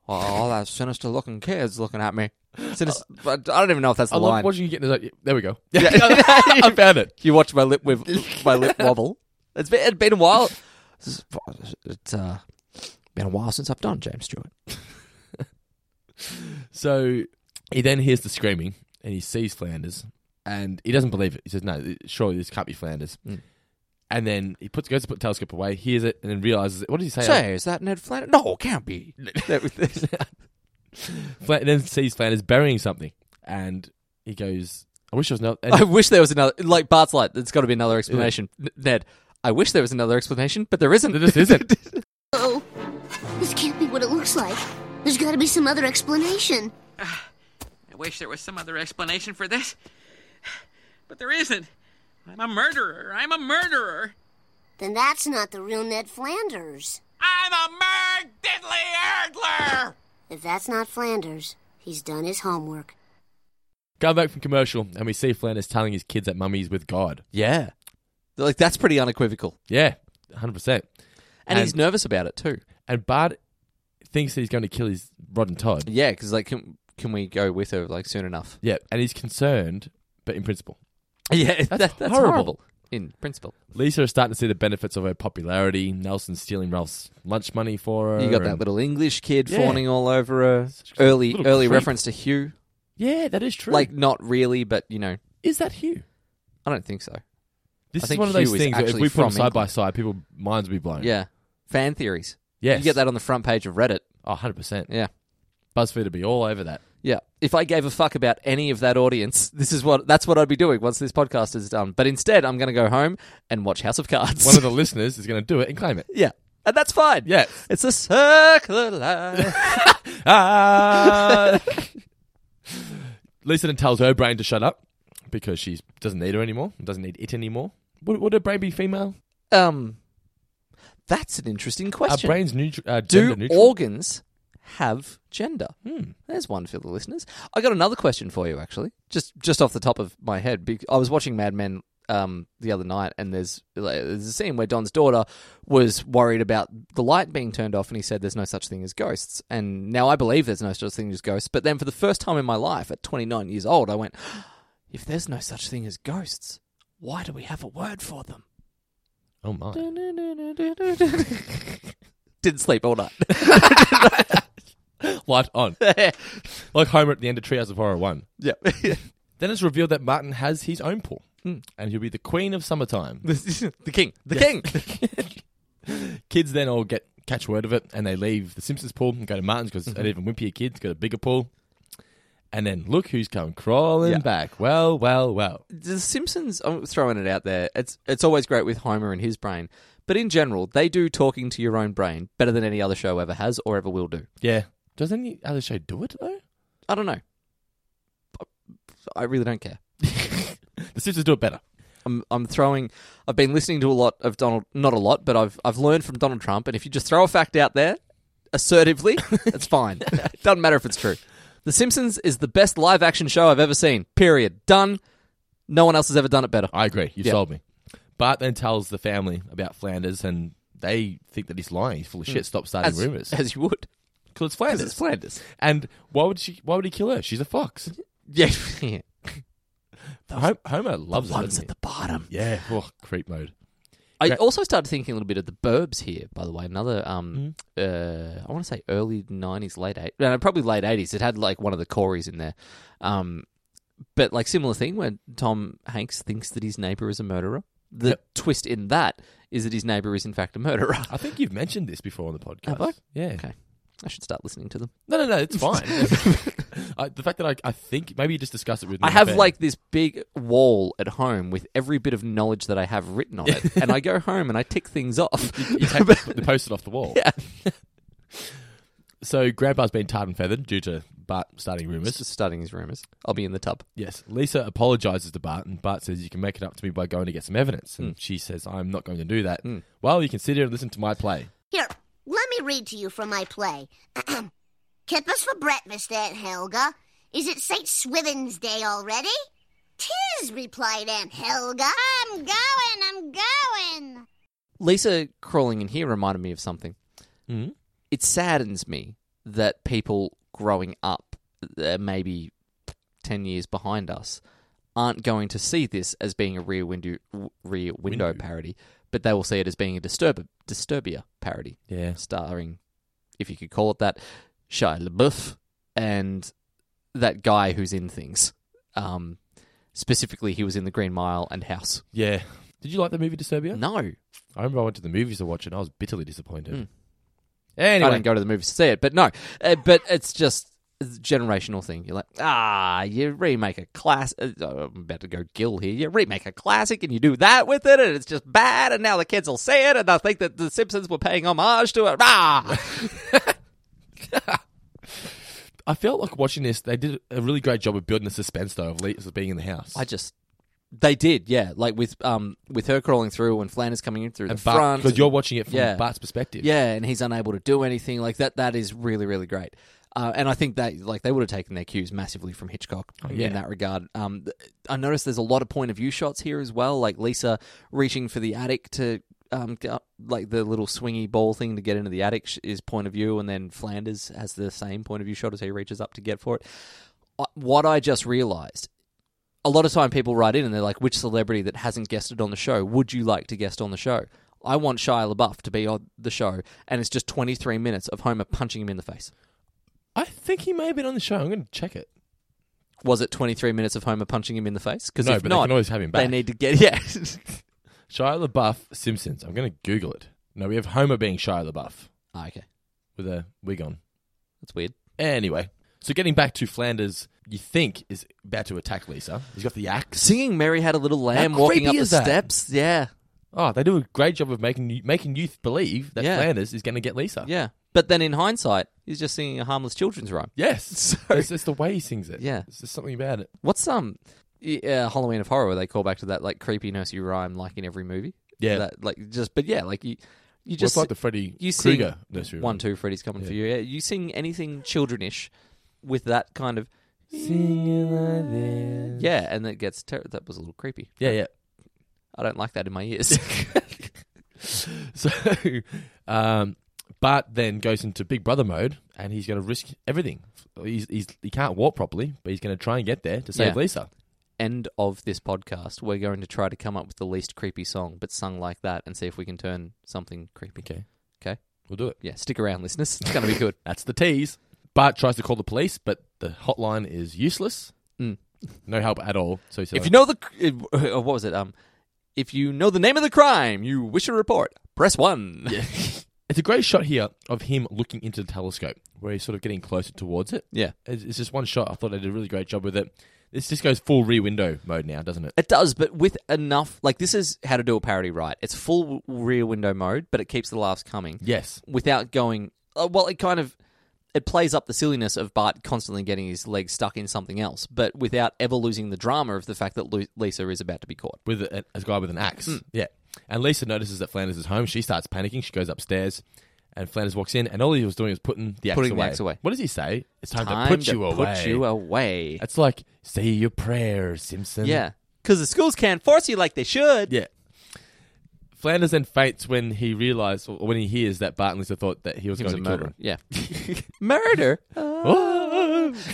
Oh, all that sinister looking kids looking at me. Sinister, but I don't even know if that's the
I love
line.
Uh, watching you get into that. There we go. I found it.
you watch my lip with my lip wobble. It's been it's been a while. It's, it's uh, been a while since I've done James Stewart.
So he then hears the screaming and he sees Flanders and he doesn't believe it. He says, "No, surely this can't be Flanders."
Hmm.
And then he puts goes to put the telescope away, hears it, and then realizes it. What did he say?
Say, is that Ned Flanders? No, it can't be.
Fla- and then sees Flanders burying something, and he goes, "I wish I was not." And
I wish there was another. Like Bart's like, there's got to be another explanation. N- Ned, I wish there was another explanation, but there isn't.
there just isn't.
Oh, this can't be what it looks like. There's got to be some other explanation.
I wish there was some other explanation for this, but there isn't. I'm a murderer. I'm a murderer.
Then that's not the real Ned Flanders.
I'm a murd diddly erdler!
If that's not Flanders, he's done his homework.
Come back from commercial, and we see Flanders telling his kids that mummy's with God.
yeah, like that's pretty unequivocal,
Yeah, hundred percent.
and, he's
And-
nervous about it too.
And Bart thinks that he's going to kill his Rod and Todd.
Yeah, because like, can can we go with her like soon enough?
Yeah, and he's concerned, but in principle.
Yeah,
that's horrible.
in principle.
Lisa is starting to see the benefits of her popularity. Nelson stealing Ralph's lunch money for her.
You got that
and-
little English kid
Yeah.
fawning all over her. Early
little
early
creep.
reference to Hugh,
Yeah, that is true.
like not really, but you know,
is that Hugh?
I don't think so.
This is
think
one of those
Hugh is
things that if
actually
we put them
from
side by
England.
side, people minds will be blown.
Yeah, fan theories.
yes,
You get that on the front page of Reddit.
Oh, 100 percent.
Yeah.
BuzzFeed would be all over that.
Yeah. If I gave a fuck about any of that audience, this is what that's what I'd be doing once this podcast is done. But instead, I'm going to go home and watch House of Cards.
One of the listeners is going to do it and claim it.
yeah. And that's fine.
Yes.
It's a circle of life.
Ah! Lisa then tells her brain to shut up because she doesn't need her anymore. Doesn't need it anymore. Would, would her brain be female?
um That's an interesting
Our
question.
brains neutral. Uh,
Do
gender neutral. Hmm.
organs have gender? There's one for the listeners. I got another question for you, actually, just just off the top of my head. bec- I was watching Mad Men um, the other night, and there's like, there's a scene where Don's daughter was worried about the light being turned off, and he said, "There's no such thing as ghosts." And now I believe there's no such thing as ghosts. But then, for the first time in my life, at 29 years old, I went, "If there's no such thing as ghosts, why do we have a word for them?"
Oh my.
Didn't sleep all night.
Light on. like Homer at the end of Treehouse of Horror 1.
yeah.
Then it's revealed that Martin has his own pool
Hmm.
and he'll be the queen of summertime.
the king. The king.
Kids then all get catch word of it, and they leave the Simpsons pool and go to Martin's
Mm-hmm.
because an even wimpier kid's got a bigger pool. And then look who's come crawling
Yeah.
back. Well, well, well.
The Simpsons. I'm throwing it out there. It's it's always great with Homer and his brain, but in general, they do talking to your own brain better than any other show ever has or ever will do.
Yeah. Does any other show do it though?
I don't know. I really don't care.
The Simpsons do it better.
I'm I'm throwing. I've been listening to a lot of Donald, not a lot, but I've I've learned from Donald Trump. And if you just throw a fact out there assertively, it's fine. it doesn't matter if it's true. The Simpsons is the best live action show I've ever seen. Period. Done. No one else has ever done it better.
I agree. You
Yeah.
sold me. Bart then tells the family about Flanders, and they think that he's lying. He's full
Hmm.
of shit. Stop starting
As,
rumors.
as you would.
Because it's Flanders.
it's Flanders.
And why would she? Why would he kill her? She's a fox.
Yeah.
Hom- Homer loves her.
One's
doesn't
at the bottom.
he? Yeah. Oh, creep mode.
I
Yeah.
also started thinking a little bit of the Burbs here, by the way. Another, um,
Hmm.
uh, I want to say early '90s, late eight, no, probably late '80s. It had like one of the Coreys in there, um, but like similar thing where Tom Hanks thinks that his neighbor is a murderer. The twist in that is that his neighbor is in fact a murderer.
I think you've mentioned this before on the podcast.
Have I?
Yeah.
Okay, I should start listening to them.
No, no, no. It's fine. I, the fact that I, I think maybe you just discuss it with.
I
another
have
fan.
like this big wall at home with every bit of knowledge that I have written on it, and I go home and I tick things off.
you take the post it off the wall.
Yeah.
So Grandpa's been tarred and feathered due to Bart starting rumors.
Just starting his rumors. I'll be in the tub.
Yes, Lisa apologizes to Bart, and Bart says, "You can make it up to me by going to get some evidence." And she says, "I'm not going to do that." Well, you can sit here and listen to my play.
Here, let me read to you from my play. Kip us for breakfast, Aunt Helga. Is it St. Swithin's Day already? Tis, replied Aunt Helga. I'm going, I'm going.
Lisa crawling in here reminded me of something.
Mhm.
It saddens me that people growing up, uh, maybe 10 years behind us, aren't going to see this as being a rear window, w- rear window,
Window.
parody, but they will see it as being a disturb- Disturbia parody,
Yeah,
starring, if you could call it that, Shia LaBeouf and that guy who's in things. Um, specifically, he was in The Green Mile and House.
yeah. Did you like the movie Disturbia?
No. Hmm.
I remember I went to the movies to watch it. and I was bitterly disappointed. Anyway,
I didn't go to the movies to see it, but no, uh, but it's just it's a generational thing. You're like, ah, you remake a class. uh, I'm about to go gill here. You remake a classic, and you do that with it, and it's just bad. And now the kids will see it, and they'll think that the Simpsons were paying homage to it. Ah,
I felt like watching this. They did a really great job of building the suspense, though, of Lisa being in the house.
I just. They did, yeah. Like with um with her crawling through and Flanders coming in through the front.
because you're watching it from
Yeah.
Bart's perspective.
Yeah, and he's unable to do anything like that. That is really, really great. Uh, and I think that like they would have taken their cues massively from Hitchcock
yeah.
in that regard. Um, th- I noticed there's a lot of point of view shots here as well, like Lisa reaching for the attic to um, get up, like the little swingy ball thing to get into the attic sh- is point of view, and then Flanders has the same point of view shot as he reaches up to get for it. Uh, What I just realized a lot of time people write in and they're like, which celebrity that hasn't guested on the show would you like to guest on the show? I want Shia LaBeouf to be on the show, and it's just 23 minutes of Homer punching him in the face.
I think he may have been on the show. I'm going to check it.
Was it 23 minutes of Homer punching him in the face? Because
No,
if
but they
not,
can always have him
They
back.
need to get yeah.
Shia LaBeouf Simpsons. I'm going to Google it. No, we have Homer being Shia LaBeouf
Ah, okay,
with a wig on.
that's weird.
Anyway, so getting back to Flanders, you think is about to attack Lisa. He's got the axe.
Singing "Mary Had a Little Lamb"
How
walking
creepy
up the
is that?
steps. Yeah,
Oh, they do a great job of making you, making you believe that
Yeah.
Flanders is going to get Lisa.
yeah. But then in hindsight, he's just singing a harmless children's rhyme.
Yes.
So-
it's just the way he sings it.
Yeah.
It's just something about it.
What's um y- uh, Halloween of Horror? Where they call back to that like creepy nursery rhyme, like in every movie.
Yeah.
that, like just but yeah, like you you
Just
just
like the Freddy
you
Krueger
sing
nursery.
one
rhyme.
two Freddy's coming for you. Yeah, you sing anything childrenish with that kind of
Singing like this.
yeah, and that gets ter- that was a little creepy.
Yeah, yeah.
I don't like that in my ears.
So, um, Bart then goes into Big Brother mode, and he's going to risk everything. He's, he's he can't walk properly, but he's going to try and get there to save
Yeah.
Lisa.
End of this podcast, we're going to try to come up with the least creepy song, but sung like that, and see if we can turn something creepy.
Okay.
okay,
We'll do it.
yeah. Stick around, listeners. It's gonna be good.
That's the tease. Bart tries to call the police, but the hotline is useless.
Mm.
No help at all. So he says,
If you know the uh, what was it? Um, if you know the name of the crime, you wish a report. Press one.
It's a great shot here of him looking into the telescope, where he's sort of getting closer towards it.
Yeah.
It's, it's just one shot. I thought they did a really great job with it. This just goes full rear window mode now, doesn't it?
It does, but with enough. Like, this is how to do a parody right. It's full w- rear window mode, but it keeps the laughs coming.
Yes.
Without going. Uh, well, it kind of. It plays up the silliness of Bart constantly getting his legs stuck in something else, but without ever losing the drama of the fact that Lu- Lisa is about to be caught.
with a, a guy with an axe.
Mm.
Yeah. And Lisa notices that Flanders is home. She starts panicking. She goes upstairs, and Flanders walks in, and all he was doing was putting the axe
Putting the
away.
axe away.
What does he say? It's time, to put you away.
Put you away.
It's like say your prayers, Simpson.
Yeah. Because the schools can't force you like they should.
yeah. Flanders then faints when he realizes, or when he hears that Bart and Lisa thought that he was
He was
going
a
to kill
murderer.
her.
Yeah. murder.
Oh.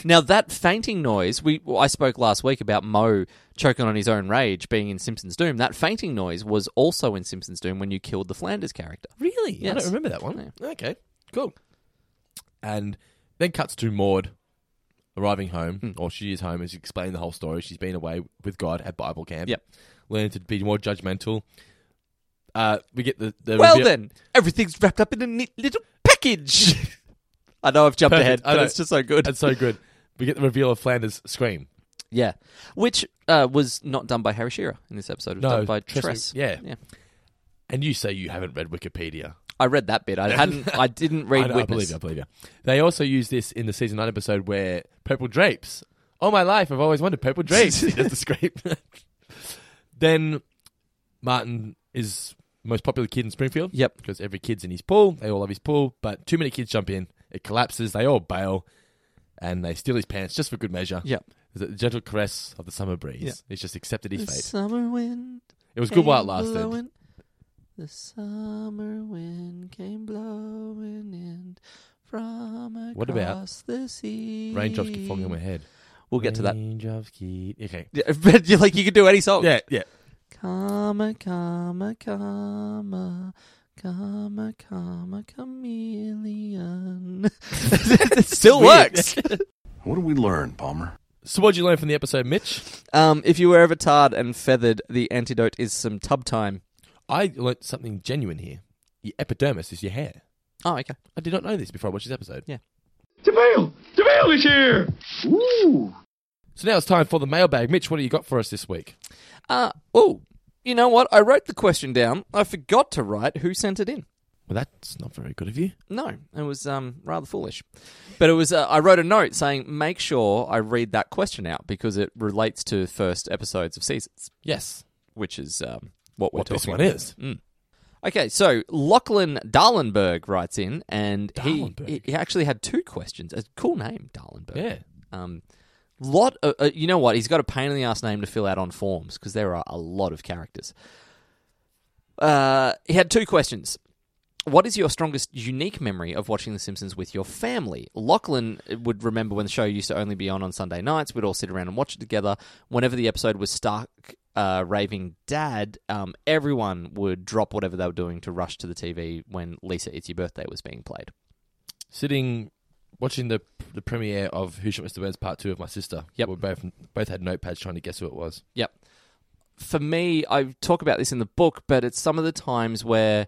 Now that fainting noise, we well, I spoke last week about Mo choking on his own rage being in Simpsons Doom. That fainting noise was also in Simpsons Doom when you killed the Flanders character.
Really? I
Yes.
don't remember that one. Okay, cool. And then cuts to Maud arriving home,
Hmm.
or she is home, and she explained the whole story. She's been away with God at Bible camp.
Yep.
Learning to be more judgmental. Uh, we get the, the
Well
reveal-
then, everything's wrapped up in a neat little package. I know I've jumped
Perfect.
ahead,
I
but
know.
it's just so good.
That's so good. We get the reveal of Flanders' scream.
yeah, which uh, was not done by Harry Shearer in this episode. It was
No,
done by
Tress-
Tress.
yeah.
yeah.
And you say you haven't read Wikipedia.
I read that bit. I hadn't. I didn't
I,
read
know, I
Witness.
believe you. I believe you. They also use this in the season nine episode where purple drapes. All my life, I've always wanted purple drapes. He does the scrape. then Martin is the most popular kid in Springfield.
Yep.
because every kid's in his pool. They all love his pool, but too many kids jump in. It collapses. They all bail, and they steal his pants just for good measure.
Yep.
the gentle caress of the summer breeze.
Yeah.
He's just accepted his
The
fate.
summer wind.
It was good while it
came
lasted.
blowing- The summer wind came blowing in from across
What about
the sea.
Raindrops keep falling on my head.
We'll get to that. Oh.
Raindrops keep. Okay.
Yeah, but you like you could do any song.
Yeah, yeah.
Comma, comma, comma, comma, comma, chameleon. it still
Weird.
works.
What did we learn, Palmer?
So, what'd you learn from the episode, Mitch?
Um, if you were ever tarred and feathered, the antidote is some tub time.
I learnt something genuine here. Your epidermis is your hair.
Oh, okay.
I did not know this before I watched this episode.
Yeah.
So now it's time for the mailbag. Mitch, what do you got for us this week?
Uh, oh, you know what? I wrote the question down. I forgot to write who sent it in.
Well, that's not very good of you.
No, it was um, rather foolish. But it was. Uh, I wrote a note saying, make sure I read that question out because it relates to first episodes of seasons,
Yes.
which is um, what we're
What
talking
this one
about.
is.
Mm. Okay, so Lachlan Darlenberg writes in, and he,
Dahlenberg.
he he actually had two questions. A cool name, Darlenberg.
Yeah.
Um, lot. Of, uh, you know what? He's got a pain in the ass name to fill out on forms because there are a lot of characters. Uh, he had two questions. What is your strongest unique memory of watching The Simpsons with your family? Lachlan uh, would remember when the show used to only be on on Sunday nights. We'd all sit around and watch it together. Whenever the episode was Stark uh, raving dad, um, everyone would drop whatever they were doing to rush to the TV when Lisa It's Your Birthday was being played.
Sitting, watching the the premiere of Who Shot Mr. Burns Part Two of my sister.
Yep.
We both both had notepads trying to guess who it was.
Yep. For me, I talk about this in the book, but it's some of the times where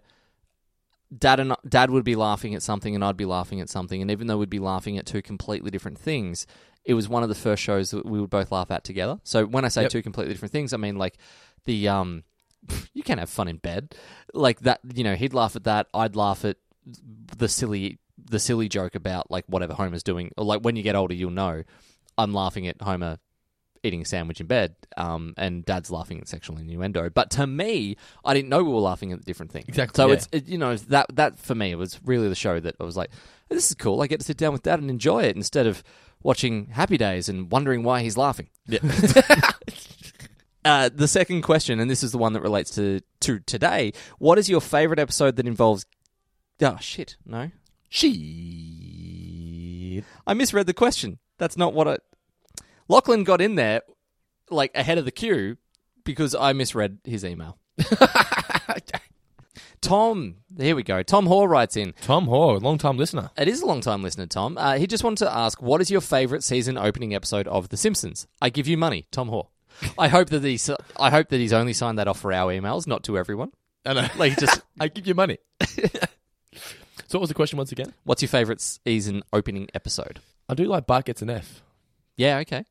dad and dad would be laughing at something and I'd be laughing at something, and even though we'd be laughing at two completely different things, it was one of the first shows that we would both laugh at together. So when I say
Yep.
two completely different things, I mean like the um, you can have fun in bed, like that. You know, he'd laugh at that. I'd laugh at the silly the silly joke about like whatever Homer's doing, or like when you get older, you'll know. I'm laughing at Homer eating a sandwich in bed, um, and Dad's laughing at sexual innuendo. But to me, I didn't know we were laughing at different things.
Exactly,
So
yeah.
it's it, you know that that for me was really the show that I was like, this is cool. I get to sit down with Dad and enjoy it instead of watching Happy Days and wondering why he's laughing. Uh, the second question, and this is the one that relates to to today. What is your favorite episode that involves? Oh shit! No,
She.
I misread the question. That's not what I. Lachlan got in there like ahead of the queue because I misread his email. Tom, here we go. Tom Hoare writes in.
Tom Hoare, long time listener.
It is a long time listener, Tom. Uh, he just wanted to ask, what is your favourite season opening episode of The Simpsons? I give you money, Tom Hoare. I hope that he's, I hope that he's only signed that off for our emails, not to everyone.
I know.
Like he just
I give you money. So what was the question once again?
What's your favorite season opening episode?
I do like Bart gets an F.
Yeah, okay.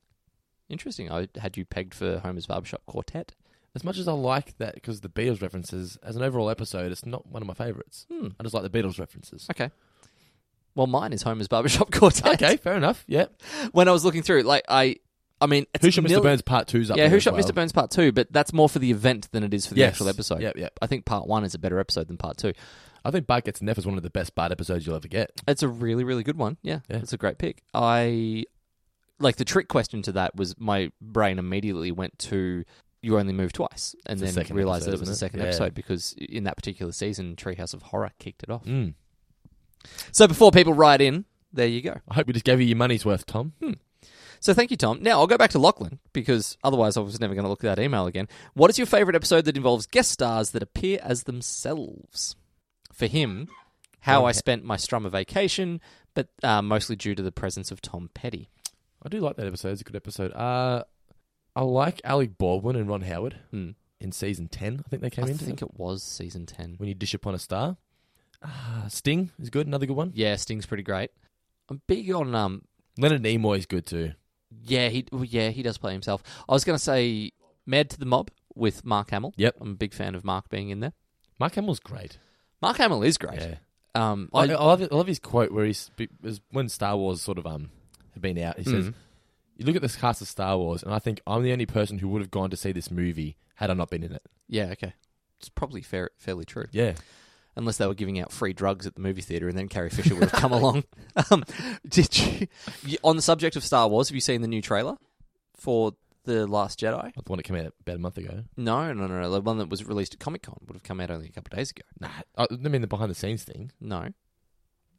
Interesting. I had you pegged for Homer's Barbershop Quartet.
As much as I like that because the Beatles references, as an overall episode, it's not one of my favorites.
Hmm.
I just like the Beatles references.
Okay. Well, mine is Homer's Barbershop Quartet.
Okay, fair enough. Yeah.
When I was looking through, like I, I mean, it's
Who shot
nil-
Mr. Burns Part Two's up?
Yeah,
there
Who
as
Shot
well.
Mr. Burns Part Two, but that's more for the event than it is for the
Yes.
actual episode.
Yep, yep.
I think Part One is a better episode than Part Two.
I think Bart gets an F is one of the best Bart episodes you'll ever get.
It's a really, really good one. Yeah,
Yeah.
it's a great pick. I like the trick question to that was my brain immediately went to you only move twice,
It's
and
the
then
second
realized that
episode,
it was
isn't
the
it?
second
Yeah.
episode because in that particular season, Treehouse of Horror kicked it off.
Mm.
So before people write in, there you go.
I hope we just gave you your money's worth, Tom.
Hmm. So thank you, Tom. Now I'll go back to Lachlan because otherwise I was never going to look at that email again. What is your favorite episode that involves guest stars that appear as themselves? For him, how I spent my Strummer vacation, but uh, mostly due to the presence of Tom Petty.
I do like that episode. It's a good episode. Uh, I like Alec Baldwin and Ron Howard
Hmm.
in season ten. I think they came
I
into
think
them.
it was season ten.
when you dish upon a star. Uh, Sting is good. Another good one.
Yeah, Sting's pretty great. I'm big on um.
Leonard Nimoy is good too.
Yeah, he well, yeah he does play himself. I was going to say Mad to the Mob with Mark Hamill.
Yep.
I'm a big fan of Mark being in there.
Mark Hamill's great.
Mark Hamill is great.
Yeah.
Um,
I, I love it- I love his quote where he's is when Star Wars sort of um had been out. He says,
Mhm.
"You look at this cast of Star Wars, and I think I'm the only person who would have gone to see this movie had I not been in it."
Yeah, okay. It's probably fair, fairly true.
Yeah,
Unless they were giving out free drugs at the movie theater and then Carrie Fisher would have come along. Um, did you, you- on the subject of Star Wars, have you seen the new trailer for The Last Jedi?
the one that came out about a month ago.
No, no, no, no. The one that was released at Comic Con would have come out only a couple of days ago.
Nah, I I mean the behind the scenes thing.
No,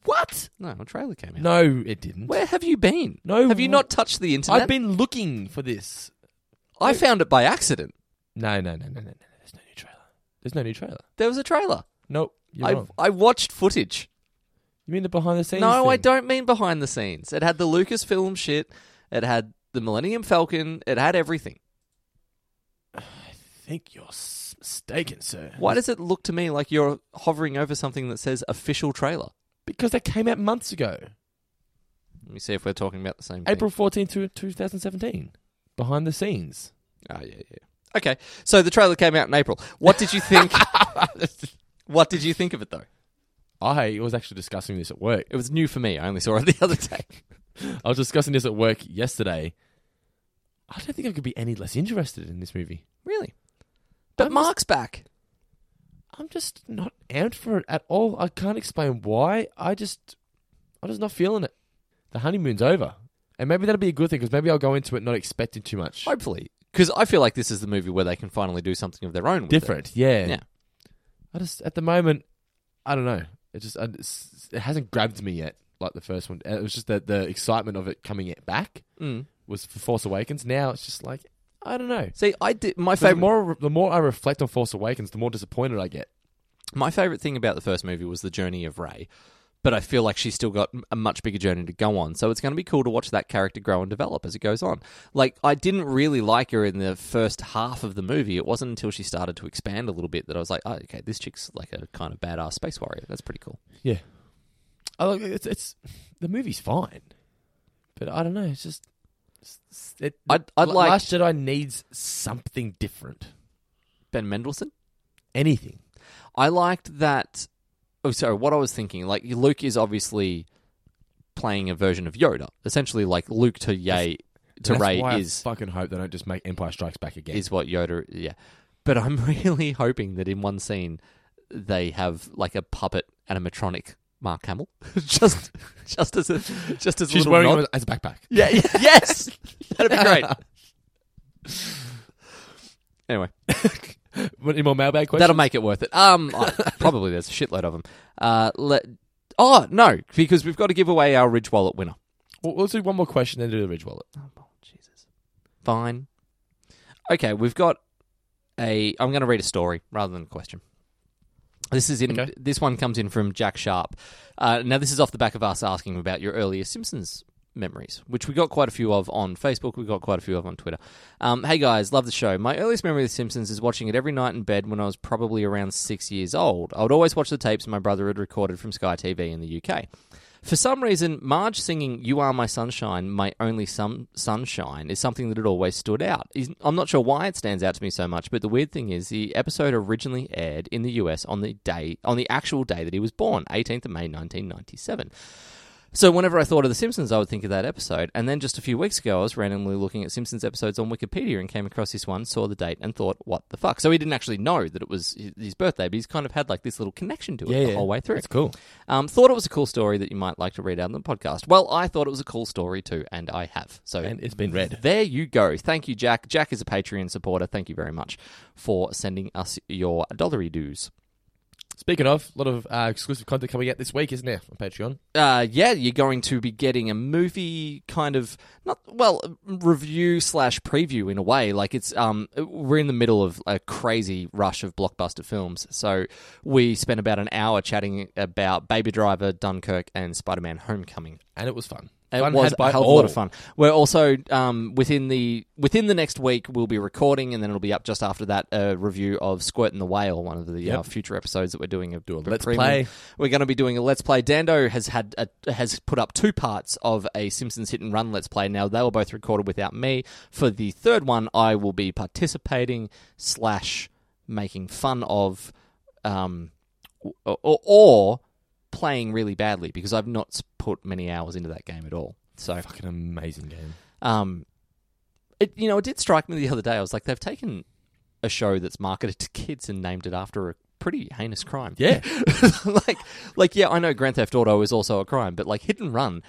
What?
no, a trailer came out.
No, it didn't.
Where have you been?
No,
Have you
wh-
not touched the internet?
I've been looking for this.
I found it by accident.
No, no, no, no, no, no. There's no new trailer. There's no new trailer.
There was a trailer.
Nope. You're
I,
wrong.
I watched footage.
You mean the behind the scenes?
No, I
thing?
don't mean behind the scenes. It had the Lucasfilm shit. It had the Millennium Falcon. It had everything.
I think you're s- mistaken, sir.
Why does it look to me like you're hovering over something that says official trailer?
Because that came out months ago.
Let me see if we're talking about the same
April 14th to 2017. Behind the scenes.
thing. Oh, yeah, yeah. Okay, so the trailer came out in April. What did you think? what did you think of it, though?
I Oh, was actually discussing this at work.
It was new for me. I only saw it the other day.
I was discussing this at work yesterday. I don't think I could be any less interested in this movie.
really? But
I'm just-
Mark's back.
I'm just not amped for it at all. I can't explain why. I just, I'm just not feeling it. The honeymoon's over, and maybe that'll be a good thing because maybe I'll go into it not expecting too much.
Hopefully. Because I feel like this is the movie where they can finally do something of their own. With it.
Different, yeah.
Yeah.
I just at the moment, I don't know. It just I, it's- it hasn't grabbed me yet like the first one. It was just that the excitement of it coming it back
Mm.
was for Force Awakens. Now it's just like I don't know.
See, I did my
'Cause The
favorite.
more the more I reflect on Force Awakens, the more disappointed I get.
My favorite thing about the first movie was the journey of Ray, but I feel like she's still got a much bigger journey to go on. So it's going to be cool to watch that character grow and develop as it goes on. Like I didn't really like her in the first half of the movie. It wasn't until she started to expand a little bit that I was like, "Oh, okay, this chick's like a kind of badass space warrior. That's pretty cool."
Yeah. I like it's it's the movie's fine, but I don't know. It's just it's- it,
I'd- I'd
La-
like-
Last Jedi needs something different.
Ben Mendelsohn
Anything.
I liked that. Oh, sorry. What I was thinking, like Luke is obviously playing a version of Yoda, essentially like Luke to Yay to
That's
Ray
why
is
I fucking hope they don't just make Empire Strikes Back again.
is what Yoda. Yeah, but I'm really hoping that in one scene they have like a puppet animatronic Mark Hamill, just just as a just as a
She's
little
wearing
nod.
it as a backpack.
Yeah, yeah, yes, that'd be great. anyway,
Any more mailbag questions?
That'll make it worth it. Um, I- probably there's a shitload of them. Uh, let. Oh no, because we've got to give away our Ridge Wallet winner.
Well, let's do one more question, then do the Ridge Wallet.
Fine. Okay, we've got a. I'm going to read a story rather than a question. This is in.
Okay.
This one comes in from Jack Sharp. Uh, now, this is off the back of us asking about your earlier Simpsons memories, which we got quite a few of on Facebook. We got quite a few of on Twitter. Um, hey guys, love the show. My earliest memory of The Simpsons is watching it every night in bed when I was probably around six years old. I would always watch the tapes my brother had recorded from Sky TV in the UK. For some reason, Marge singing "You Are My Sunshine, My Only Sun- Sunshine" is something that had always stood out. Is- I'm not sure why it stands out to me so much, but the weird thing is, the episode originally aired in the US on the day, on the actual day that he was born, 18th of May, 1997. So whenever I thought of The Simpsons, I would think of that episode. And then just a few weeks ago, I was randomly looking at Simpsons episodes on Wikipedia and came across this one, saw the date, and thought, "What the fuck?" So he didn't actually know that it was hi- his birthday, but he's kind of had like this little connection to it
Yeah,
the
yeah.
whole way through.
That's cool.
Um, thought it was a cool story that you might like to read out on the podcast. Well, I thought it was a cool story too, and I have. So
And it's been read.
there you go. Thank you, Jack. Jack is a Patreon supporter. Thank you very much for sending us your dollary dues.
Speaking of, a lot of uh, exclusive content coming out this week, isn't there, on Patreon?
uh, yeah, you're going to be getting a movie kind of not well review slash preview in a way. Like it's um, we're in the middle of a crazy rush of blockbuster films, so we spent about an hour chatting about Baby Driver, Dunkirk, and Spider Man Homecoming.
And it was fun.
It
Fun
was
had by
a hell of a lot of
all.
fun. We're also um, within the within the next week we'll be recording, and then it'll be up just after that a review of Squirt and the Whale, one of the uh,
Yep.
future episodes that we're doing. Of, Do
a Let's Play.
We're going to be doing a let's play. Dando has had a, has put up two parts of a Simpsons hit and run let's play. Now they were both recorded without me. For the third one, I will be participating slash making fun of. Um, or, or playing really badly because I've not s- put many hours into that game at all. So,
Fucking amazing game.
um, it you know it did strike me the other day. I was like, they've taken a show that's marketed to kids and named it after a pretty heinous crime.
Yeah.
like like yeah, I know Grand Theft Auto is also a crime, but like hit and run,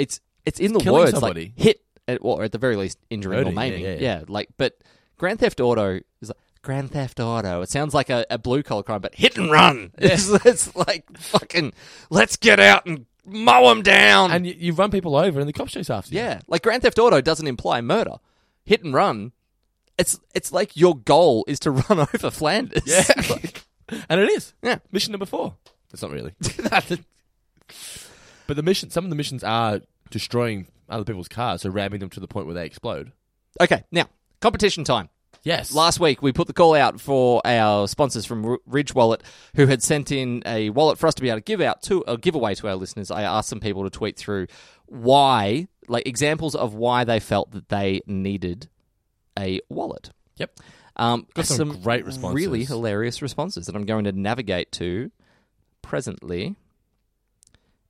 it's it's in the
killing
words
somebody.
like hit at, or at the very least injuring or
Hurting, yeah,
maiming.
yeah, yeah.
like but Grand Theft Auto is like. Grand Theft Auto. It sounds like a, a blue collar crime, but hit and run. It's, it's like fucking. Let's get out and mow them down.
And you, you run people over and the cop chase after you.
Yeah, like Grand Theft Auto doesn't imply murder. Hit and run, it's it's like your goal is to run over Flanders.
Yeah.
Like,
And it is.
Yeah.
Mission number four. That's not really.
that-
But the mission, some of the missions are destroying other people's cars, so ramming them to the point where they explode.
okay, now competition time.
Yes.
Last week we put the call out for our sponsors from R- Ridge Wallet, who had sent in a wallet for us to be able to give out to a giveaway to our listeners. I asked some people to tweet through why, like examples of why they felt that they needed a wallet.
Yep.
Um,
Got some great responses.
Really hilarious responses that I'm going to navigate to presently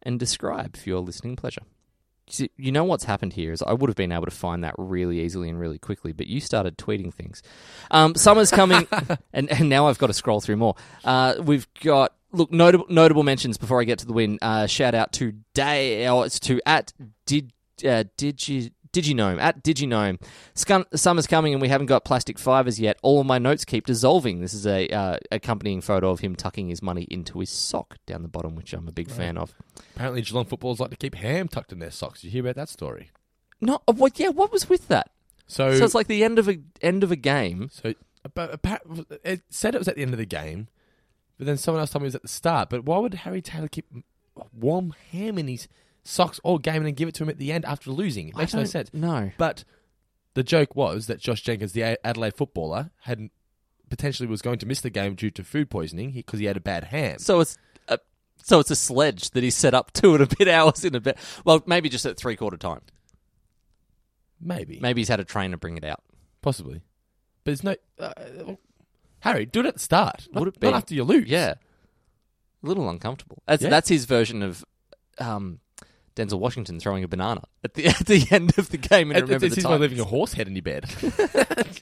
and describe for your listening pleasure. See, you know what's happened here is I would have been able to find that really easily and really quickly, but you started tweeting things. Um, summer's coming, and, and now I've got to scroll through more. Uh, we've got look notable notable mentions before I get to the win. Uh, shout out to day oh, it's to at did uh, digi. Diginome at Diginome. Scum, summer's coming and we haven't got plastic fibers yet. All of my notes keep dissolving. This is a uh, accompanying photo of him tucking his money into his sock down the bottom, which I'm a big fan of.
Apparently, Geelong footballers like to keep ham tucked in their socks. You hear about that story?
No, uh, what? Yeah, what was with that?
So,
so it's like the end of a end of a game.
so but appa- it said it was at the end of the game, but then someone else told me it was at the start. But why would Harry Taylor keep m- warm ham in his socks all game and then give it to him at the end after losing? It
I
makes no
don't
sense.
know.
But the joke was that Josh Jenkins, the A- Adelaide footballer, had potentially was going to miss the game due to food poisoning because he had a bad ham.
So it's a, so it's a sledge that he set up two and a bit hours in a bit. Well, maybe just at three quarter time.
maybe,
Maybe he's had a trainer bring it out.
possibly, but it's no. Uh, Harry, do it at the start. Not,
Would it
not
be?
after you lose?
Yeah, a little uncomfortable. That's
Yeah.
that's his version of um, Denzel Washington throwing a banana at the at the end of the game and
It-
remember
it's
the
just like
time.
leaving a horse head in your bed.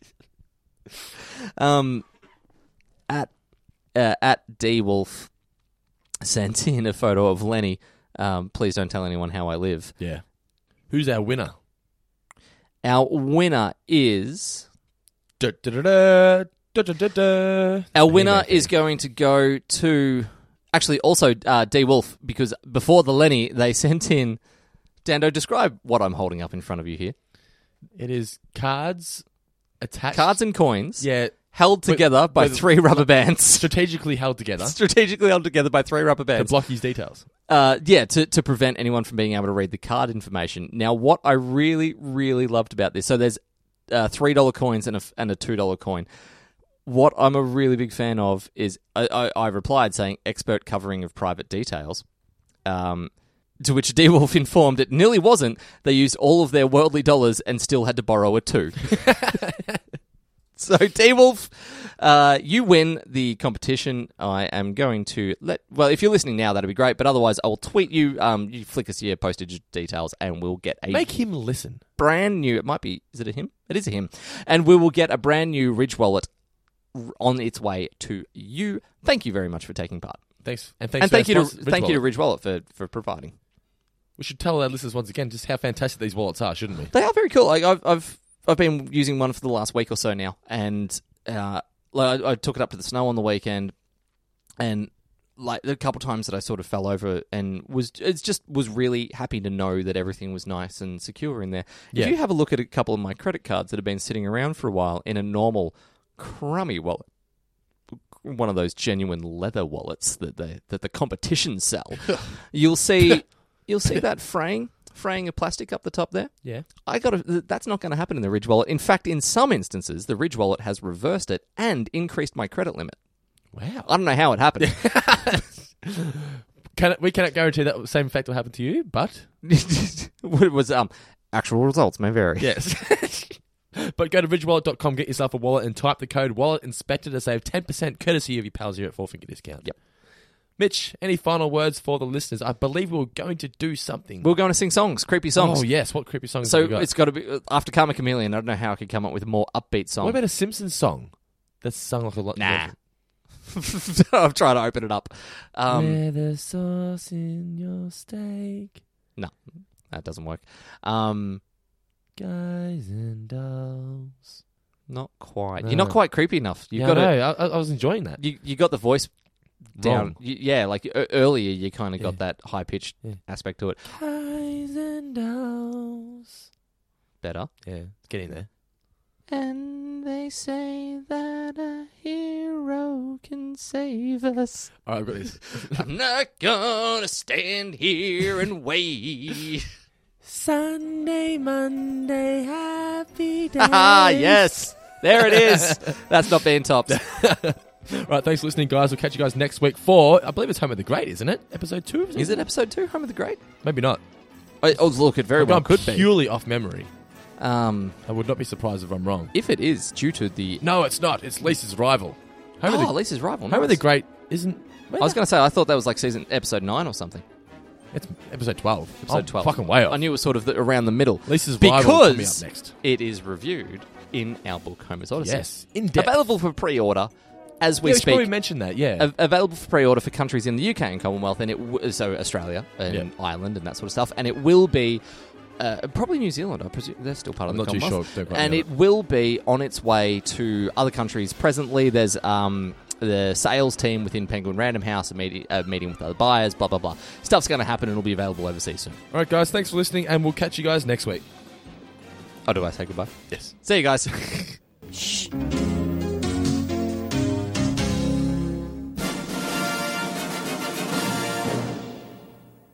Um, at uh, at D Wolf sent in a photo of Lenny. Um, please don't tell anyone how I live.
yeah. Who's our winner?
Our winner is
Da, da, da, da, da, da, da, da.
our winner is going to go to actually also uh, D Wolf because before the Lenny they sent in Dando. Describe what I'm holding up in front of you here:
It is cards attached.
cards and coins.
yeah,
held together by
wait,
three rubber bands.
strategically held together
Strategically held together by three rubber
to
bands.
block his details.
uh, yeah, to, to prevent anyone from being able to read the card information. Now, what I really, really loved about this so there's uh, $3 coins and a, and a $2 coin. What I'm a really big fan of is I, I, I replied saying expert covering of private details. Um, to which D Wolf informed it nearly wasn't. They used all of their worldly dollars and still had to borrow a two. So, D Wolf, uh, you win the competition. I am going to let. Well, if you're listening now, that'd be great. But otherwise, I will tweet you. Um, you flick us your postage details, and we'll get a
Make him listen.
brand new. It might be. Is it a him? It is a him. And we will get a brand new Ridge wallet r- on its way to you. Thank you very much for taking part,
Thanks and thanks.
and thank you to
our sponsor,
thank you to
Ridgewallet.
Ridge Wallet for for providing.
We should tell our listeners once again just how fantastic these wallets are, shouldn't we?
They are very cool. Like I've I've I've been using one for the last week or so now, and uh, like I, I took it up to the snow on the weekend, and like a couple times that I sort of fell over and was it's just was really happy to know that everything was nice and secure in there.
Yeah.
If you have a look at a couple of my credit cards that have been sitting around for a while in a normal crummy wallet. One of those genuine leather wallets that they that the competition sell. you'll see, you'll see that fraying, fraying of plastic up the top there.
Yeah.
I got to that's not going to happen in the Ridge Wallet. In fact, in some instances, the Ridge Wallet has reversed it and increased my credit limit.
Wow.
I don't know how it happened.
Can, we cannot guarantee that same fact will happen to you, but
it was um actual results may vary.
yes. but go to ridgewallet.com, get yourself a wallet, and type the code wallet inspector to save ten percent, courtesy of your pals here at Four Finger Discount.
Yep.
Mitch, any final words for the listeners? I believe we are going to do something.
We're going to sing songs, creepy songs.
Oh yes, what creepy songs?
So
have we got?
it's got to be uh, after Karma Chameleon. I don't know how I could come up with a more upbeat song.
what about a Simpsons song that's sung like a lot?
nah. I'm trying to open it up. Um,
Where the sauce in your steak,
No, that doesn't work. Um,
guys and dolls.
not quite.
No.
You're not quite creepy enough. You've
yeah,
got to.
I, know. I, I was enjoying that.
you you got the voice down.
Wrong.
You, yeah, like e- earlier, you kind of got
Yeah.
that high pitched
Yeah.
aspect to it.
Guys and dolls.
Better.
Yeah, it's getting there.
And they say that a hero can save us.
All right, I've got this.
I'm not gonna stand here and wait.
Sunday, Monday, happy day.
ah, yes, there it is. That's not being topped.
Right, thanks for listening, guys. We'll catch you guys next week for, I believe it's Home of the Great, isn't it? Episode two? Of
is it episode two, Home of the Great?
Maybe not.
Oh, oh, look, it very
I'm
well
going
could be.
purely off memory.
Um,
I would not be surprised if I'm wrong.
if it is due to the
No, it's not. It's Lisa's rival. Home,
oh,
of, the,
Lisa's rival.
Home of
nice.
the Great isn't.
I was going to say I thought that was like season episode nine or something.
It's episode 12.
Episode
I'm
twelve.
Oh, Fucking way off.
I knew it was sort of the, around the middle.
Lisa's
because
rival coming up next.
it is reviewed in our book Homer's Odyssey.
Yes, in depth.
available for pre-order as we
yeah, we should
speak. Uh,
probably mention that, yeah.
Av- available for pre-order for countries in the UK and Commonwealth, and it w- so Australia and
Yeah.
Ireland and that sort of stuff, and it will be. Uh, probably New Zealand, I presume they're still part of
I'm
the
not too
Commonwealth.
sure, don't quite
and
know.
it will be on its way to other countries. Presently, there's um, the sales team within Penguin Random House, a, meeti- a meeting with other buyers, blah blah blah. Stuff's going to happen, and it'll be available overseas soon.
All right, guys, thanks for listening, and we'll catch you guys next week.
Oh, do I say goodbye?
Yes.
See you guys.
Shh.